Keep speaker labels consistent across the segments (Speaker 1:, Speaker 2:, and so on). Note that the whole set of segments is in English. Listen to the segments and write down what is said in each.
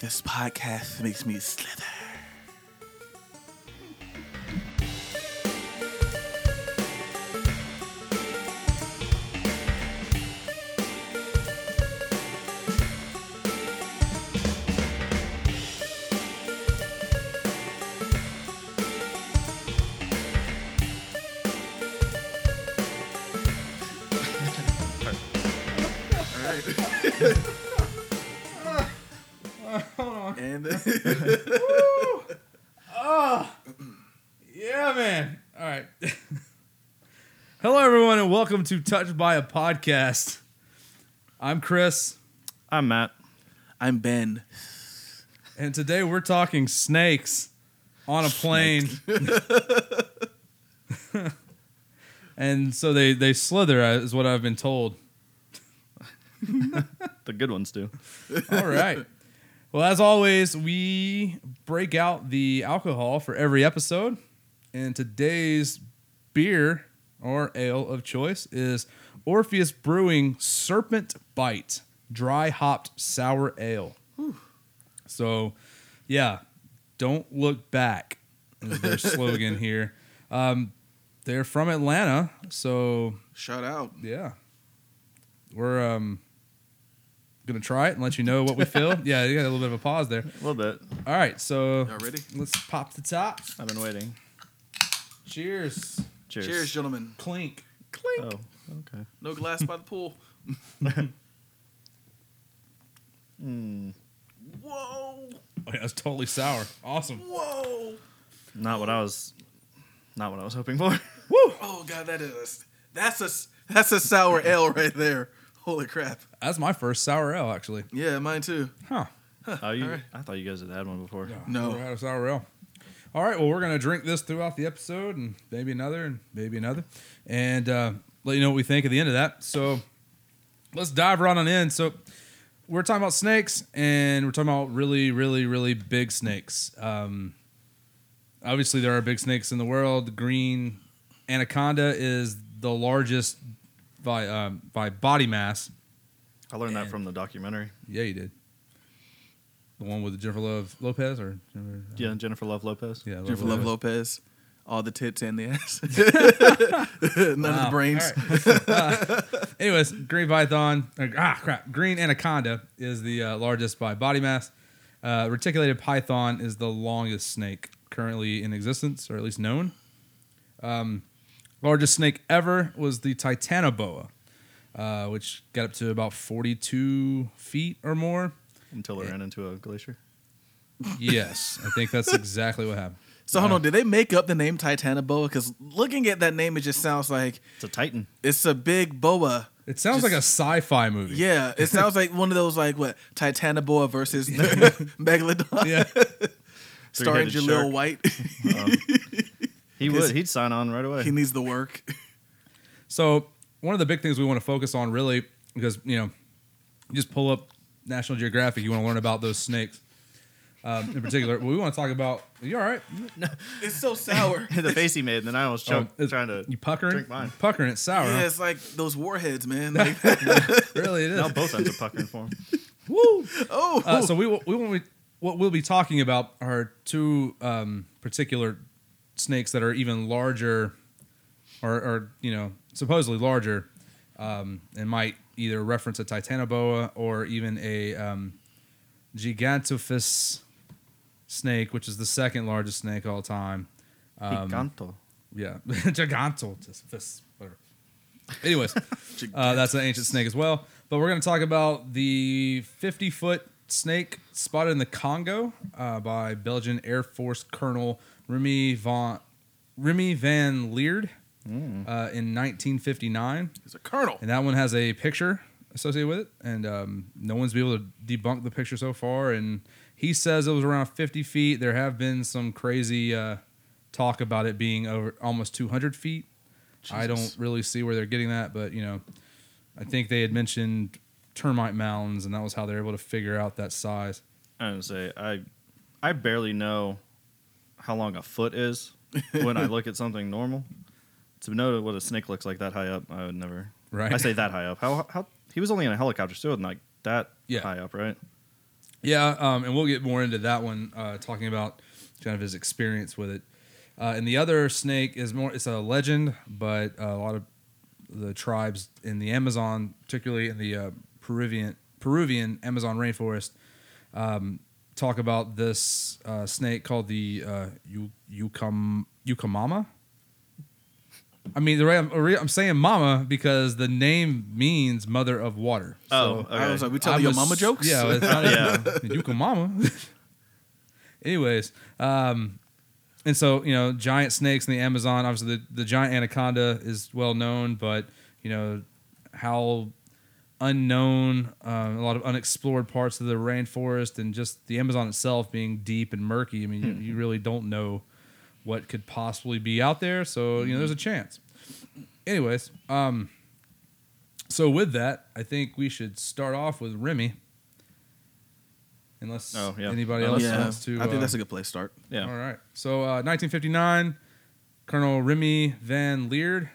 Speaker 1: This podcast makes me slither. And
Speaker 2: Oh, yeah, man. All right. Hello, everyone, and welcome to Touched by a Podcast. I'm Chris,
Speaker 3: I'm Matt.
Speaker 1: I'm Ben.
Speaker 2: and today we're talking snakes on a plane. and so they, they slither, uh, is what I've been told.
Speaker 3: The good ones do.
Speaker 2: All right. Well, as always, we break out the alcohol for every episode. And today's beer or ale of choice is Orpheus Brewing Serpent Bite Dry Hopped Sour Ale. So, yeah, don't look back is their slogan here. Um, they're from Atlanta. So,
Speaker 1: Shout out.
Speaker 2: yeah. We're um gonna try it and let you know what we feel. yeah, you got a little bit of a pause there.
Speaker 3: A little bit.
Speaker 2: All right, so
Speaker 1: Y'all ready?
Speaker 2: let's pop the top.
Speaker 3: I've been waiting.
Speaker 2: Cheers.
Speaker 3: Cheers.
Speaker 1: Cheers, gentlemen.
Speaker 2: Clink.
Speaker 3: Oh, okay.
Speaker 1: No glass by the pool. Whoa.
Speaker 2: Oh, yeah, that's totally sour. Awesome.
Speaker 1: Whoa.
Speaker 3: Not what I was. Not what I was hoping for.
Speaker 2: Woo!
Speaker 1: Oh god, that is that's a that's a sour ale right there. Holy crap.
Speaker 2: That's my first sour ale, actually.
Speaker 1: Yeah, mine too.
Speaker 2: Huh.
Speaker 3: Oh, you,
Speaker 1: Alright.
Speaker 3: I thought you guys had had one before.
Speaker 2: Yeah,
Speaker 1: No.
Speaker 2: never had a sour ale. All right, well, we're gonna drink this throughout the episode, and maybe another, and maybe another, and uh, let you know what we think at the end of that. So, let's dive right on in. So, we're talking about snakes, and we're talking about really, really, really big snakes. Um, obviously, there are big snakes in the world. The green anaconda is the largest by um, by body mass.
Speaker 3: I learned
Speaker 2: Man.
Speaker 3: that from the documentary.
Speaker 2: Yeah, you did. The one with Jennifer Love Lopez, or Jennifer,
Speaker 3: Yeah, Jennifer Love Lopez.
Speaker 2: yeah,
Speaker 1: Jennifer Love Lopez. All the tits and the ass. None of the
Speaker 2: Wow.
Speaker 1: brains.
Speaker 2: Oh, All right. Uh, anyways, green python. or- ah, crap. Green anaconda is the uh, largest by body mass. Uh, reticulated python is the longest snake currently in existence, or at least known. Um, largest snake ever was the titanoboa, uh, which got up to about 42 feet or more.
Speaker 3: Until they ran into a glacier.
Speaker 2: Yes, I think that's exactly what happened.
Speaker 1: So hold on, did they make up the name Titanoboa? Because looking at that name, it just sounds like
Speaker 3: It's a titan.
Speaker 1: it's a big boa.
Speaker 2: It sounds
Speaker 1: Just-
Speaker 2: like a sci-fi movie.
Speaker 1: Yeah, it sounds like one of those like what Titanoboa versus Megalodon,
Speaker 2: Yeah.
Speaker 1: starring
Speaker 3: Three-headed
Speaker 1: Jaleel
Speaker 3: shark.
Speaker 1: White. Oh,
Speaker 3: He
Speaker 1: Because-
Speaker 3: would. He'd sign on right away.
Speaker 1: he needs the work.
Speaker 2: So one of the big things we want to focus on, really, because you know, you just pull up National Geographic, you want to learn about those snakes. Um, in particular, we want to talk about. You all right?
Speaker 1: It's so sour.
Speaker 3: the face he made, and then I almost choked
Speaker 2: Oh, it's-
Speaker 3: trying to.
Speaker 2: You puckering?
Speaker 3: Drink mine.
Speaker 2: Puckering. It's sour.
Speaker 1: Yeah,
Speaker 2: huh?
Speaker 1: it's like those warheads, man. Like,
Speaker 2: Really, it is.
Speaker 3: Now both ends are puckering for him.
Speaker 2: Woo!
Speaker 1: oh,
Speaker 2: Uh, so we will- we will what we'll be talking about are two um, particular snakes that are even larger, or, or you know supposedly larger, um, and might either reference a titanoboa or even a um, gigantophis snake, which is the second largest snake all time.
Speaker 3: Giganto.
Speaker 2: Yeah, gigantophis. Whatever. Anyways. Uh, that's an ancient snake as well. But we're going to talk about the 50 foot snake spotted in the Congo uh, by Belgian Air Force Colonel Remy Van, Remy Van Leerd uh, in 1959.
Speaker 1: it's a colonel.
Speaker 2: And that one has a picture associated with it. And um, no one's been able to debunk the picture so far. And he says it was around 50 feet. There have been some crazy uh, talk about it being over almost 200 feet. I don't
Speaker 1: Jesus.
Speaker 2: really see where they're getting that, but you know, I think they had mentioned termite mounds, and that was how they're able to figure out that size.
Speaker 3: I would say I, I barely know how long a foot is when I look at something normal. To know what a snake looks like that high up, I would never.
Speaker 2: Right.
Speaker 3: I say that high up. How how he was only in a helicopter still, and like that
Speaker 2: Yeah.
Speaker 3: high up, right?
Speaker 2: Yeah, um, and we'll get more into that one, uh, talking about kind of his experience with it. Uh, and the other snake is more, it's a legend, but uh, a lot of the tribes in the Amazon, particularly in the uh, Peruvian, Peruvian Amazon rainforest, um, talk about this uh, snake called the uh, Yu- Yucam- Yucamama. I mean, the way I'm, I'm saying mama because the name means mother of water.
Speaker 3: Oh,
Speaker 2: So-
Speaker 3: okay.
Speaker 1: I was like, we tell
Speaker 2: I
Speaker 1: your
Speaker 2: was-
Speaker 1: mama jokes.
Speaker 2: Yeah, it's not
Speaker 3: Yeah.
Speaker 2: even, you can mama. Anyways, um, and so you know, giant snakes in the Amazon. Obviously, the, the giant anaconda is well known, but you know how unknown, um, a lot of unexplored parts of the rainforest, and just the Amazon itself being deep and murky. I mean,
Speaker 1: Hmm.
Speaker 2: you, you really don't know what could possibly be out there. So you know, there's a chance. Anyways, um, so with that, I think we should start off with Remy. Unless
Speaker 3: Oh, yeah.
Speaker 2: anybody
Speaker 3: Oh,
Speaker 2: else
Speaker 1: yeah.
Speaker 2: wants to,
Speaker 1: I think
Speaker 2: uh,
Speaker 1: that's a good place to start.
Speaker 3: Yeah.
Speaker 2: all right. So uh, 1959, Colonel Remy Van Leerd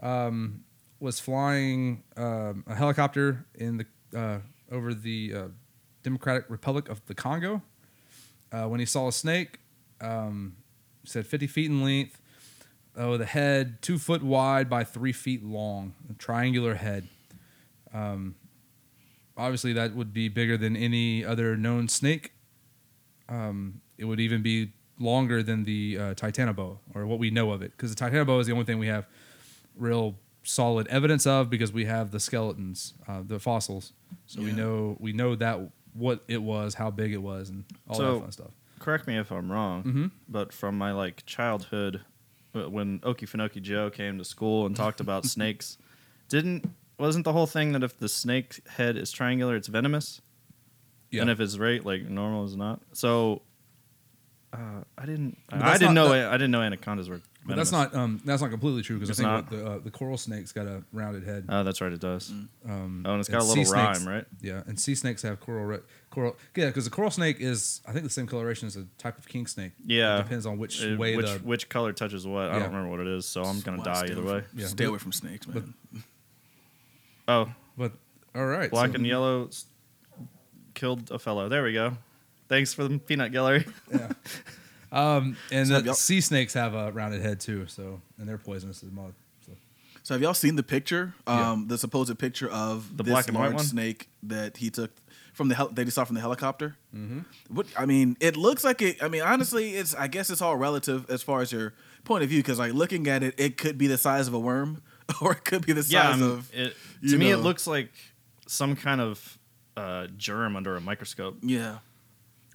Speaker 2: um, was flying um, a helicopter in the uh, over the uh, Democratic Republic of the Congo uh, when he saw a snake. Um, said 50 feet in length, uh, with a head two foot wide by three feet long, a triangular head. Um, obviously, that would be bigger than any other known snake. Um, it would even be longer than the uh, Titanoboa, or what we know of it, because the Titanoboa is the only thing we have real solid evidence of, because we have the skeletons, uh, the fossils, so we
Speaker 1: Yeah.
Speaker 2: know we know that what it was, how big it was, and all
Speaker 3: So-
Speaker 2: that fun stuff.
Speaker 3: Correct me if I'm wrong,
Speaker 2: Mhm.
Speaker 3: but from my like childhood, uh, when Okefenokee Joe came to school and talked about snakes, didn't wasn't the whole thing that if the snake head is triangular, it's venomous,
Speaker 2: Yeah.
Speaker 3: and if it's right, like normal is not. So uh, I didn't,
Speaker 2: But
Speaker 3: I,
Speaker 2: that's
Speaker 3: didn't
Speaker 2: not
Speaker 3: know, I didn't know anacondas were. Venomous.
Speaker 2: But that's not um, that's not completely true because I
Speaker 3: It's
Speaker 2: think what
Speaker 3: not?
Speaker 2: the, uh, the coral snake's got a rounded head.
Speaker 3: Oh, that's right. It does.
Speaker 2: Um,
Speaker 3: Oh, and it's got a
Speaker 2: sea
Speaker 3: little rhyme,
Speaker 2: snakes-
Speaker 3: right?
Speaker 2: Yeah, and sea snakes have coral re- coral. Yeah, because the coral snake is I think the same coloration as a type of king snake.
Speaker 3: Yeah.
Speaker 2: it depends on which
Speaker 3: Uh,
Speaker 2: way
Speaker 3: which
Speaker 2: the.
Speaker 3: which color touches what? I
Speaker 2: Yeah.
Speaker 3: don't remember what it is, so I'm gonna
Speaker 1: Why
Speaker 3: die
Speaker 1: stay
Speaker 3: either
Speaker 1: away
Speaker 3: way.
Speaker 1: from-
Speaker 2: Yeah.
Speaker 1: Stay away from snakes, man.
Speaker 3: Oh,
Speaker 2: But all right,
Speaker 3: black
Speaker 2: so-
Speaker 3: and yellow s- killed a fellow. There we go. Thanks for the peanut gallery.
Speaker 2: yeah. Um, and
Speaker 1: So,
Speaker 2: the
Speaker 1: y'all-
Speaker 2: sea snakes have a rounded head too, so and they're poisonous as mud. So.
Speaker 1: So have y'all seen the picture?
Speaker 2: Yeah.
Speaker 1: Um, The supposed picture of
Speaker 3: The
Speaker 1: this
Speaker 3: black and white
Speaker 1: large
Speaker 3: one?
Speaker 1: snake that he took from the hel- that he saw from the helicopter. Mm-hmm. What I mean, it looks like it. I mean, honestly, it's I guess it's all relative as far as your point of view because like looking at it, it could be the size of a worm or it could be the
Speaker 3: yeah,
Speaker 1: size
Speaker 3: I'm-
Speaker 1: of
Speaker 3: it,
Speaker 1: you
Speaker 3: to me it
Speaker 1: know.
Speaker 3: looks like some kind of uh, germ under a microscope.
Speaker 1: yeah.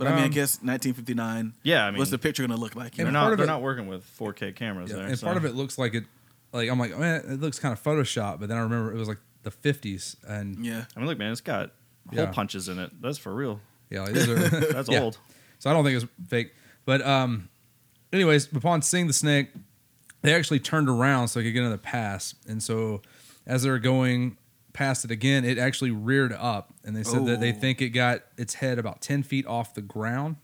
Speaker 1: But I mean, I
Speaker 2: Um,
Speaker 1: guess 1959.
Speaker 3: Yeah, I mean,
Speaker 1: what's the picture gonna look like? you
Speaker 3: they're
Speaker 2: And
Speaker 1: know?
Speaker 2: part
Speaker 3: not
Speaker 2: of it-
Speaker 3: they're not working with 4K cameras
Speaker 2: Yeah,
Speaker 3: there.
Speaker 2: and
Speaker 3: so-
Speaker 2: part of it looks like it, like I'm like, man, it looks kind of Photoshop. But then I remember it was like the 50s, and yeah,
Speaker 1: Yeah.
Speaker 3: I mean, look, man, it's got hole
Speaker 2: Yeah.
Speaker 3: punches in it. That's for real.
Speaker 2: like, these are
Speaker 3: That's
Speaker 2: Yeah.
Speaker 3: old.
Speaker 2: So I don't think it was fake. But um, anyways, upon seeing the snake, they actually turned around so they could get another pass. And so as they were going past it again, it actually reared up. And they said that they
Speaker 1: Oh.
Speaker 2: think it got its head about 10 feet off the ground,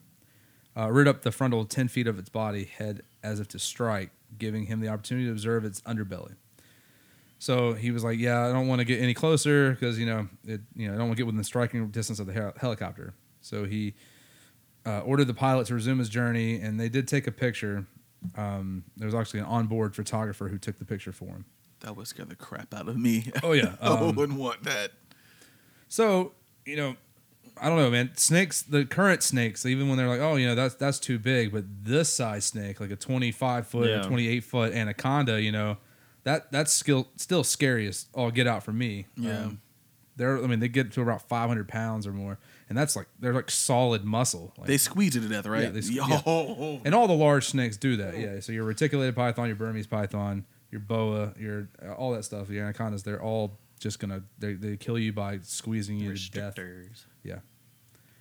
Speaker 2: uh, reared up the frontal 10 feet of its body, head as if to strike, giving him the opportunity to observe its underbelly. So he was like, "Yeah, I don't want to get any closer because you know it. You know, I don't want to get within striking distance of the hel- helicopter." So he uh, ordered the pilot to resume his journey, and they did take a picture. Um, there was actually an onboard photographer who took the picture for him.
Speaker 1: That would scare the crap out of me.
Speaker 2: Oh yeah.
Speaker 1: I
Speaker 2: Um,
Speaker 1: wouldn't want that.
Speaker 2: so you know, I don't know, man. Snakes, the current snakes, even when they're like, "Oh, you know, that's that's too big," but this size snake, like a twenty-five foot
Speaker 3: Yeah.
Speaker 2: or twenty-eight foot anaconda, you know, that that's still still scariest. Oh, get out for me. Um,
Speaker 1: Yeah.
Speaker 2: they're, I mean, they get to about 500 pounds or more, and that's like they're like solid muscle. Like,
Speaker 1: They squeeze you to death, right?
Speaker 2: Yeah, they sque-
Speaker 1: Yo.
Speaker 2: yeah. and all the large snakes do that. Yeah. So your reticulated python, your Burmese python, your boa, your uh, all that stuff, your anacondas, they're all just gonna they, they kill you by squeezing you to death.
Speaker 3: Restrictors.
Speaker 2: Yeah.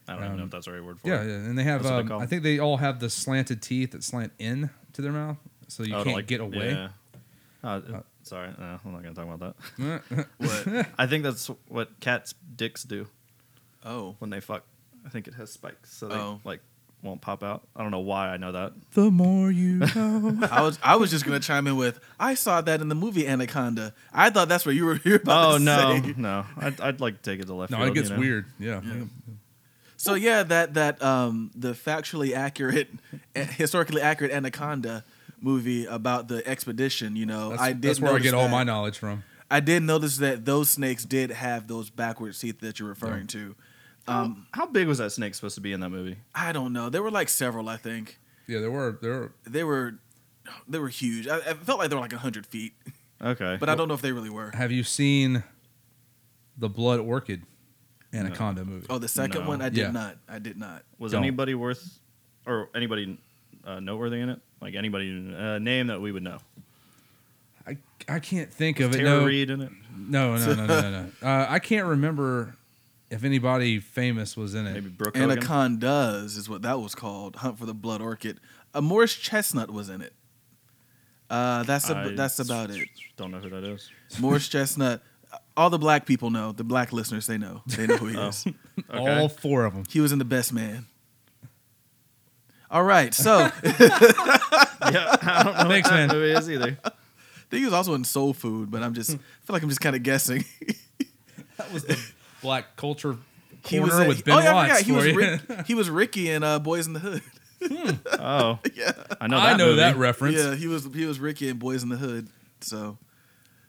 Speaker 3: I don't even know
Speaker 2: Um,
Speaker 3: if that's the right word for
Speaker 2: Yeah, yeah.
Speaker 3: it.
Speaker 2: And they have
Speaker 3: That's what they
Speaker 2: um,
Speaker 3: call
Speaker 2: I
Speaker 3: them.
Speaker 2: think they all have the slanted teeth that slant in to their mouth, so you
Speaker 3: Oh, to,
Speaker 2: can't
Speaker 3: like-
Speaker 2: get away.
Speaker 3: yeah. Uh, sorry, no, I'm not gonna talk about
Speaker 1: What?
Speaker 3: that. I think that's what cats' dicks do.
Speaker 1: Oh.
Speaker 3: when they fuck. I think it has spikes, so they
Speaker 1: Oh.
Speaker 3: like won't pop out. I don't know why I know that.
Speaker 2: The more you know.
Speaker 1: I was I was just gonna chime in with I saw that in the movie Anaconda. I thought that's what you were here about.
Speaker 3: oh
Speaker 1: to
Speaker 3: no,
Speaker 1: say.
Speaker 3: no! I'd, I'd like to take it to left.
Speaker 2: no,
Speaker 3: field,
Speaker 2: it gets
Speaker 3: you know?
Speaker 2: weird. Yeah.
Speaker 1: Yeah. So yeah, that that um the factually accurate, eh, historically accurate Anaconda movie about the expedition. You know,
Speaker 2: That's,
Speaker 1: I did
Speaker 2: that's where I
Speaker 1: notice
Speaker 2: get all
Speaker 1: that-
Speaker 2: my knowledge from.
Speaker 1: I did notice that those snakes did have those backward teeth that you're referring to. Um,
Speaker 3: How big was that snake supposed to be in that movie?
Speaker 1: I don't know. There were like several. I think
Speaker 2: Yeah, there were there were
Speaker 1: they were they were huge. I, I felt like they were like hundred feet,
Speaker 3: Okay.
Speaker 1: but I don't know if they really were.
Speaker 2: Have you seen the Blood Orchid Anaconda movie?
Speaker 1: Oh, the second
Speaker 3: No.
Speaker 1: one I did
Speaker 2: Yeah.
Speaker 1: not. I did not.
Speaker 3: was
Speaker 2: Don't.
Speaker 3: anybody worth or anybody uh, noteworthy in it? Like anybody uh, name that we would know?
Speaker 2: I, I can't think of it.
Speaker 3: Tara
Speaker 2: No,
Speaker 3: Reid in it?
Speaker 2: no, no, no, no, no. no. Uh, I can't remember if anybody famous was in it.
Speaker 3: Maybe Brooke Hogan?
Speaker 1: Anacondas is what that was called. Hunt for the Blood Orchid. A Morris Chestnut was in it. Uh, that's ab-
Speaker 3: I
Speaker 1: that's about it.
Speaker 3: Don't know who that is.
Speaker 1: Morris Chestnut. All the black people know. The black listeners they know. They know who he
Speaker 3: Oh.
Speaker 1: is.
Speaker 3: Okay.
Speaker 2: All four of them.
Speaker 1: He was in the Best Man. All right, so I
Speaker 3: yeah, I don't know what
Speaker 2: Thanks,
Speaker 3: that
Speaker 2: man.
Speaker 3: movie is either.
Speaker 1: think he was also in Soul Food, but I'm just I feel like I'm just kind of guessing.
Speaker 2: That was the black culture
Speaker 1: he
Speaker 2: corner
Speaker 1: in-
Speaker 2: with Ben
Speaker 1: yeah, I forgot.
Speaker 2: Watts.
Speaker 1: He was
Speaker 2: for you.
Speaker 1: Rick, he was Ricky in uh, Boys in the Hood.
Speaker 3: Oh,
Speaker 1: Yeah,
Speaker 3: I know. That
Speaker 2: I know
Speaker 3: movie.
Speaker 2: that reference.
Speaker 1: yeah, he was he was Ricky in Boys in the Hood. So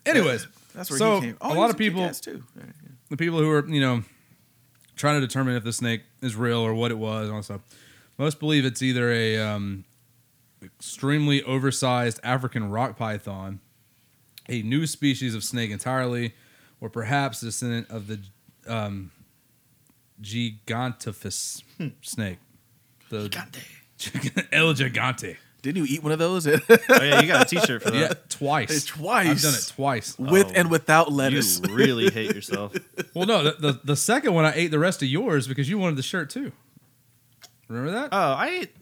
Speaker 2: Anyways,
Speaker 1: that's where
Speaker 2: So,
Speaker 1: he came. Oh,
Speaker 2: a
Speaker 1: he
Speaker 2: lot
Speaker 1: was
Speaker 2: of
Speaker 1: in
Speaker 2: people-
Speaker 1: Kick-Ass too. All right, yeah.
Speaker 2: the people who are you know trying to determine if the snake is real or what it was and all that stuff most believe it's either a um, extremely oversized african rock python a new species of snake entirely or perhaps a descendant of the um, gigantifus snake the el gigante
Speaker 1: Didn't you eat one of those with
Speaker 3: Oh yeah, you got a T-shirt for
Speaker 2: yeah
Speaker 3: that.
Speaker 2: twice
Speaker 1: Twice.
Speaker 2: i've done it twice
Speaker 1: and without lettuce?
Speaker 3: You really hate yourself.
Speaker 2: well no the, the, the second one i ate the rest of yours because you wanted the shirt too remember that
Speaker 3: Oh, I ate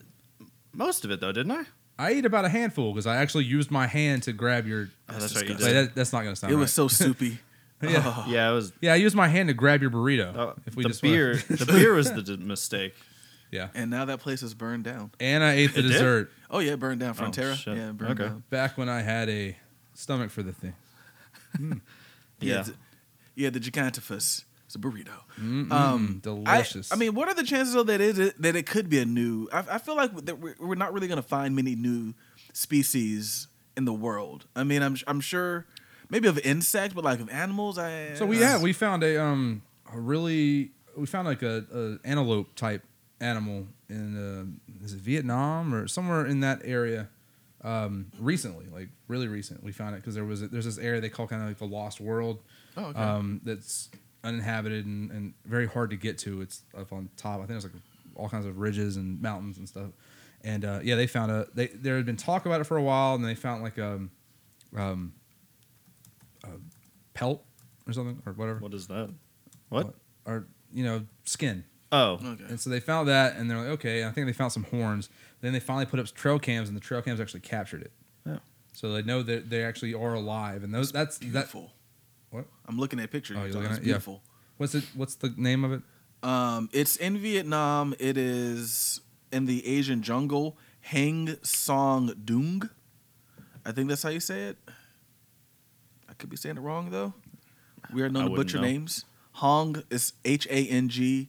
Speaker 3: most of it though, didn't I? Oh,
Speaker 2: I ate about a handful because I actually used my hand to grab your.
Speaker 3: Oh, that's right, you
Speaker 2: Wait,
Speaker 3: did.
Speaker 2: that, that's not going to sound.
Speaker 1: It was so soupy.
Speaker 2: right. yeah.
Speaker 1: Oh.
Speaker 3: Yeah, it was.
Speaker 2: yeah, I used my hand to grab your burrito.
Speaker 3: Uh,
Speaker 2: if we
Speaker 3: the
Speaker 2: just wanna-
Speaker 3: beer, the beer was the d- mistake.
Speaker 2: yeah,
Speaker 1: And now that place is burned down.
Speaker 2: and I ate the
Speaker 3: It did?
Speaker 2: dessert
Speaker 1: Oh yeah, it burned down.
Speaker 3: Oh,
Speaker 1: Frontera.
Speaker 3: shit.
Speaker 1: yeah, it burned
Speaker 3: Okay.
Speaker 1: down.
Speaker 2: back when I had a stomach for the thing.
Speaker 1: Yeah.
Speaker 3: Yeah,
Speaker 1: th- Yeah, the Gigantifus. It's a burrito.
Speaker 2: Um,
Speaker 1: I-
Speaker 2: delicious.
Speaker 1: I, mean, what are the chances though that it that it could be a new? I, I feel like that we're, we're not really going to find many new species in the world. I mean, I'm I'm sure maybe of insects, but like of animals, I
Speaker 2: so we yeah we found a um a really we found like a, a antelope type animal in uh, is it Vietnam or somewhere in that area. Um, recently, like really recent, we found it because there was a, there's this area they call kind of like the lost world.
Speaker 1: Oh, okay.
Speaker 2: um, that's uninhabited and, and very hard to get to. It's up on top. I think there's like all kinds of ridges and mountains and stuff. And uh, yeah, they found a. They there had been talk about it for a while, and they found like um, um, a pelt or something or whatever,
Speaker 3: what is that? What?
Speaker 2: or you know, skin.
Speaker 3: Oh,
Speaker 1: okay.
Speaker 2: And so they found that, and they're like, okay. And I think they found some horns. Then they finally put up trail cams, and the trail cams actually captured it.
Speaker 3: Yeah.
Speaker 2: So they know that they actually are alive, and those that's that.
Speaker 1: beautiful.
Speaker 2: What?
Speaker 1: I'm looking at pictures.
Speaker 2: Oh, you're
Speaker 1: It's
Speaker 2: looking at- yeah.
Speaker 1: beautiful.
Speaker 2: What's it? What's the name of it?
Speaker 1: Um, it's in Vietnam. It is in the Asian jungle, Hang Song Dung. I think that's how you say it. I could be saying it wrong though. We are known
Speaker 3: I
Speaker 1: to
Speaker 3: wouldn't
Speaker 1: butcher
Speaker 3: know.
Speaker 1: names. Hong is H A N G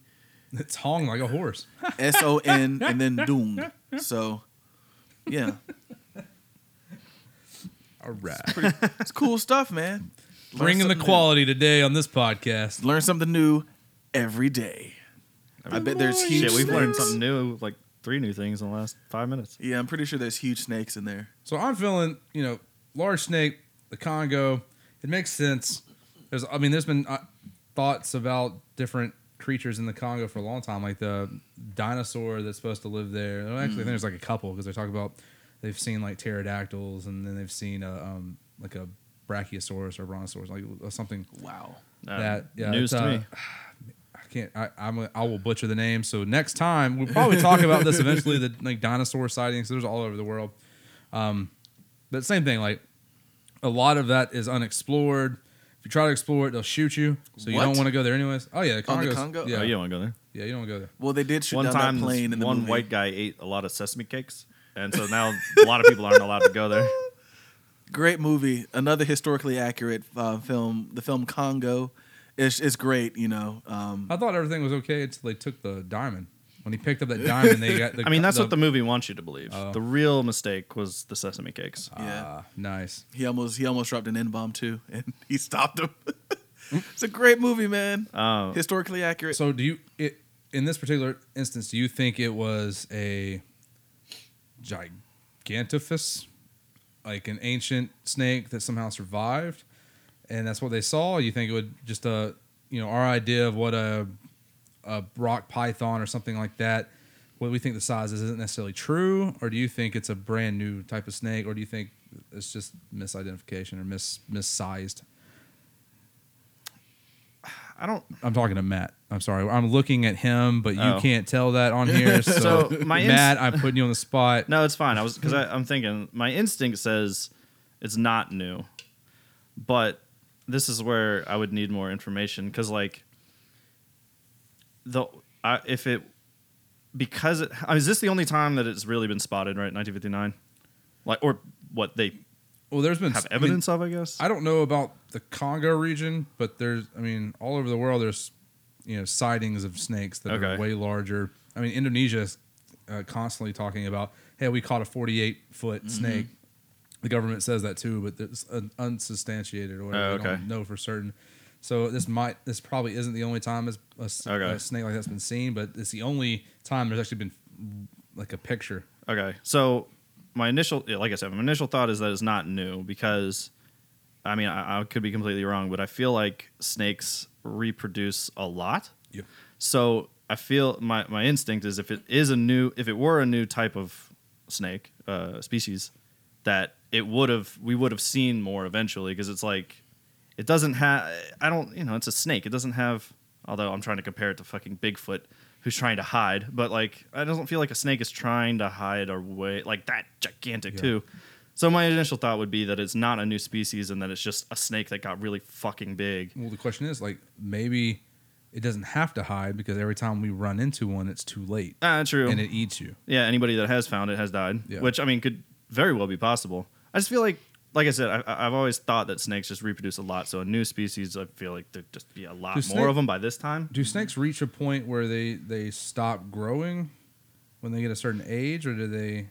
Speaker 2: It's hung like a horse.
Speaker 1: S O N and then Dung. So, yeah,
Speaker 2: All right.
Speaker 1: it's cool stuff, man. Learn
Speaker 2: Bringing the
Speaker 1: something new.
Speaker 2: quality today on this podcast.
Speaker 1: Learn something new every day. I bet there's huge.
Speaker 3: shit! We've learned
Speaker 1: snakes.
Speaker 3: something new, like three new things in the last five minutes.
Speaker 1: Yeah, I'm pretty sure there's huge snakes in there.
Speaker 2: So I'm feeling, you know, large snake, the Congo. It makes sense. There's, I mean, there's been uh, thoughts about different creatures in the Congo for a long time, like the dinosaur that's supposed to live there. Well, Actually, I think there's like a couple because they're talking about they've seen like pterodactyls and then they've seen a um, like a brachiosaurus or brontosaurus, like uh, something
Speaker 1: Wow.
Speaker 3: Uh,
Speaker 2: that yeah,
Speaker 3: news
Speaker 2: it's,
Speaker 3: to
Speaker 2: uh,
Speaker 3: me.
Speaker 2: I can't. I, I'm. A, I will butcher the name. So next time we'll probably talk about this eventually. The like dinosaur sightings. There's all over the world. Um, but same thing. Like a lot of that is unexplored. If you try to explore it, they'll shoot you. So you
Speaker 1: What?
Speaker 2: don't want to go there anyways. Oh yeah, the
Speaker 1: On the
Speaker 2: Congo's,
Speaker 1: Congo?
Speaker 2: Yeah,
Speaker 3: Oh, you don't want to go there.
Speaker 2: yeah, you don't want to go there.
Speaker 1: Well, they did shoot
Speaker 3: one
Speaker 1: down
Speaker 3: time
Speaker 1: that plane in the
Speaker 3: one
Speaker 1: movie.
Speaker 3: white guy ate a lot of sesame cakes and so now a lot of people aren't allowed to go there
Speaker 1: Great movie. Another historically accurate uh, film. The film Congo it's it's great. You know, um,
Speaker 2: I thought everything was okay until they took the diamond. When he picked up that diamond, they got. The,
Speaker 3: I mean, that's what the movie wants you to believe.
Speaker 2: Oh.
Speaker 3: The real mistake was the sesame cakes.
Speaker 1: yeah.
Speaker 2: Ah, nice.
Speaker 1: He almost he almost dropped an N bomb too, and he stopped him. it's a great movie, man.
Speaker 3: Oh.
Speaker 1: Historically accurate.
Speaker 2: So do you it in this particular instance? Do you think it was a gigantifus, like an ancient snake that somehow survived, and that's what they saw? You think it would just a you know our idea of what a a rock python or something like that? What we think the size is isn't necessarily true, or do you think it's a brand new type of snake, or do you think it's just misidentification or mis missized?
Speaker 3: I don't.
Speaker 2: I'm talking to Matt. I'm sorry. I'm looking at him, but you
Speaker 3: Oh.
Speaker 2: can't tell that on here. So,
Speaker 3: So, my ins-
Speaker 2: Matt, I'm putting you on the spot.
Speaker 3: No, it's fine. I was because
Speaker 2: Mm-hmm.
Speaker 3: I'm thinking my instinct says it's not new, but this is where I would need more information because like the I, if it because it I mean, is this the only time that it's really been spotted right 1959, like or what they
Speaker 2: Well, there's been
Speaker 3: have
Speaker 2: I mean,
Speaker 3: evidence of I guess.
Speaker 2: I, don't know about the Congo region, but there's, I mean, all over the world, there's, you know, sightings of snakes that are
Speaker 3: Okay.
Speaker 2: way larger. I mean, Indonesia is uh, constantly talking about, hey, we caught a 48 foot
Speaker 3: Mm-hmm.
Speaker 2: snake. The government says that too, but it's un- unsubstantiated or whatever.
Speaker 3: Oh,
Speaker 2: They don't
Speaker 3: okay.
Speaker 2: know for certain. So this might, this probably isn't the only time as a, s-
Speaker 3: Okay.
Speaker 2: a snake like that's been seen, but it's the only time there's actually been like a picture.
Speaker 3: Okay, so my initial, yeah, like I said, my initial thought is that it's not new because, I mean, I, I could be completely wrong, but I feel like snakes reproduce a lot.
Speaker 2: Yeah.
Speaker 3: So I feel my my instinct is if it is a new, if it were a new type of snake uh, species, that it would have we would have seen more eventually because it's like it doesn't have I don't you know it's a snake it doesn't have although I'm trying to compare it to fucking Bigfoot who's trying to hide but like I don't feel like a snake is trying to hide away like that gigantic
Speaker 2: Yeah.
Speaker 3: too. So my initial thought would be that it's not a new species and that it's just a snake that got really fucking big.
Speaker 2: Well, the question is like maybe it doesn't have to hide because every time we run into one, it's too late
Speaker 3: Ah, true.
Speaker 2: and it eats you.
Speaker 3: yeah, anybody that has found it has died,
Speaker 2: Yeah.
Speaker 3: which I mean could very well be possible. I just feel like, like I said, I- I, I've always thought that snakes just reproduce a lot. So a new species, I feel like there'd just be a lot
Speaker 2: Do
Speaker 3: more
Speaker 2: snake-
Speaker 3: of them by this time.
Speaker 2: Do snakes reach a point where they they stop growing when they get a certain age, or do they?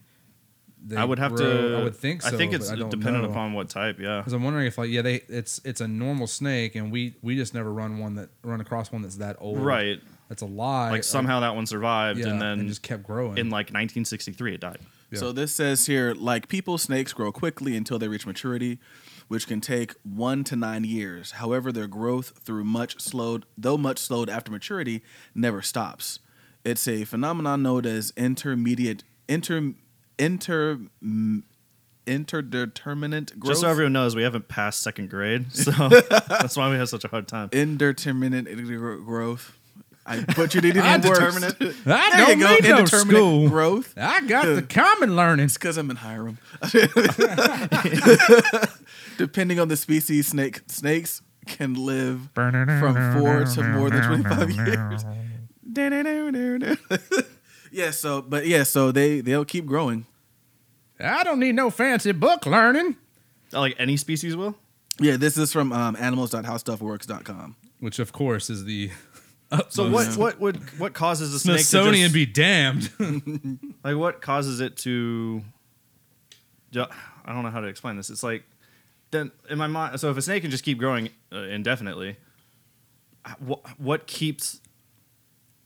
Speaker 2: they
Speaker 3: I would have
Speaker 2: grow-
Speaker 3: to.
Speaker 2: I would think so.
Speaker 3: I think
Speaker 2: but
Speaker 3: it's
Speaker 2: I don't
Speaker 3: dependent
Speaker 2: know.
Speaker 3: upon what type. Yeah.
Speaker 2: Because I'm wondering if like yeah they it's it's a normal snake and we we just never run one that run across one that's that old
Speaker 3: Right.
Speaker 2: that's a lie
Speaker 3: Like somehow that one survived,
Speaker 2: yeah,
Speaker 3: and then
Speaker 2: just kept growing
Speaker 3: in like 1963 it died.
Speaker 2: Yeah.
Speaker 1: So this says here, like people, snakes grow quickly until they reach maturity, which can take one to nine years. However, their growth through much slowed, though much slowed after maturity, never stops. It's a phenomenon known as intermediate inter inter m- interdeterminate growth.
Speaker 3: Just so everyone knows, we haven't passed second grade, so that's why we have such a hard time.
Speaker 1: indeterminate gro- growth. I butchered it in words.
Speaker 3: Indeterminate.
Speaker 2: I
Speaker 1: There you
Speaker 2: don't
Speaker 1: go.
Speaker 2: need no
Speaker 1: Indeterminate
Speaker 2: school.
Speaker 1: growth.
Speaker 2: I got the common learning
Speaker 1: It's because I'm in Hiram. Depending on the species, snake snakes can live from four to more than 25 years. yeah, so, but yeah, so they, they'll keep growing.
Speaker 2: I don't need no fancy book learning
Speaker 3: Like any species will.
Speaker 1: Yeah, this is from um, animals.howstuffworks.com.
Speaker 2: which of course is the
Speaker 3: Uh, So what? What would? What causes a snake?
Speaker 2: Smithsonian
Speaker 3: to just,
Speaker 2: be damned
Speaker 3: like what causes it to Ju- i don't know how to explain this it's like then in my mind so if a snake can just keep growing uh, indefinitely what, what keeps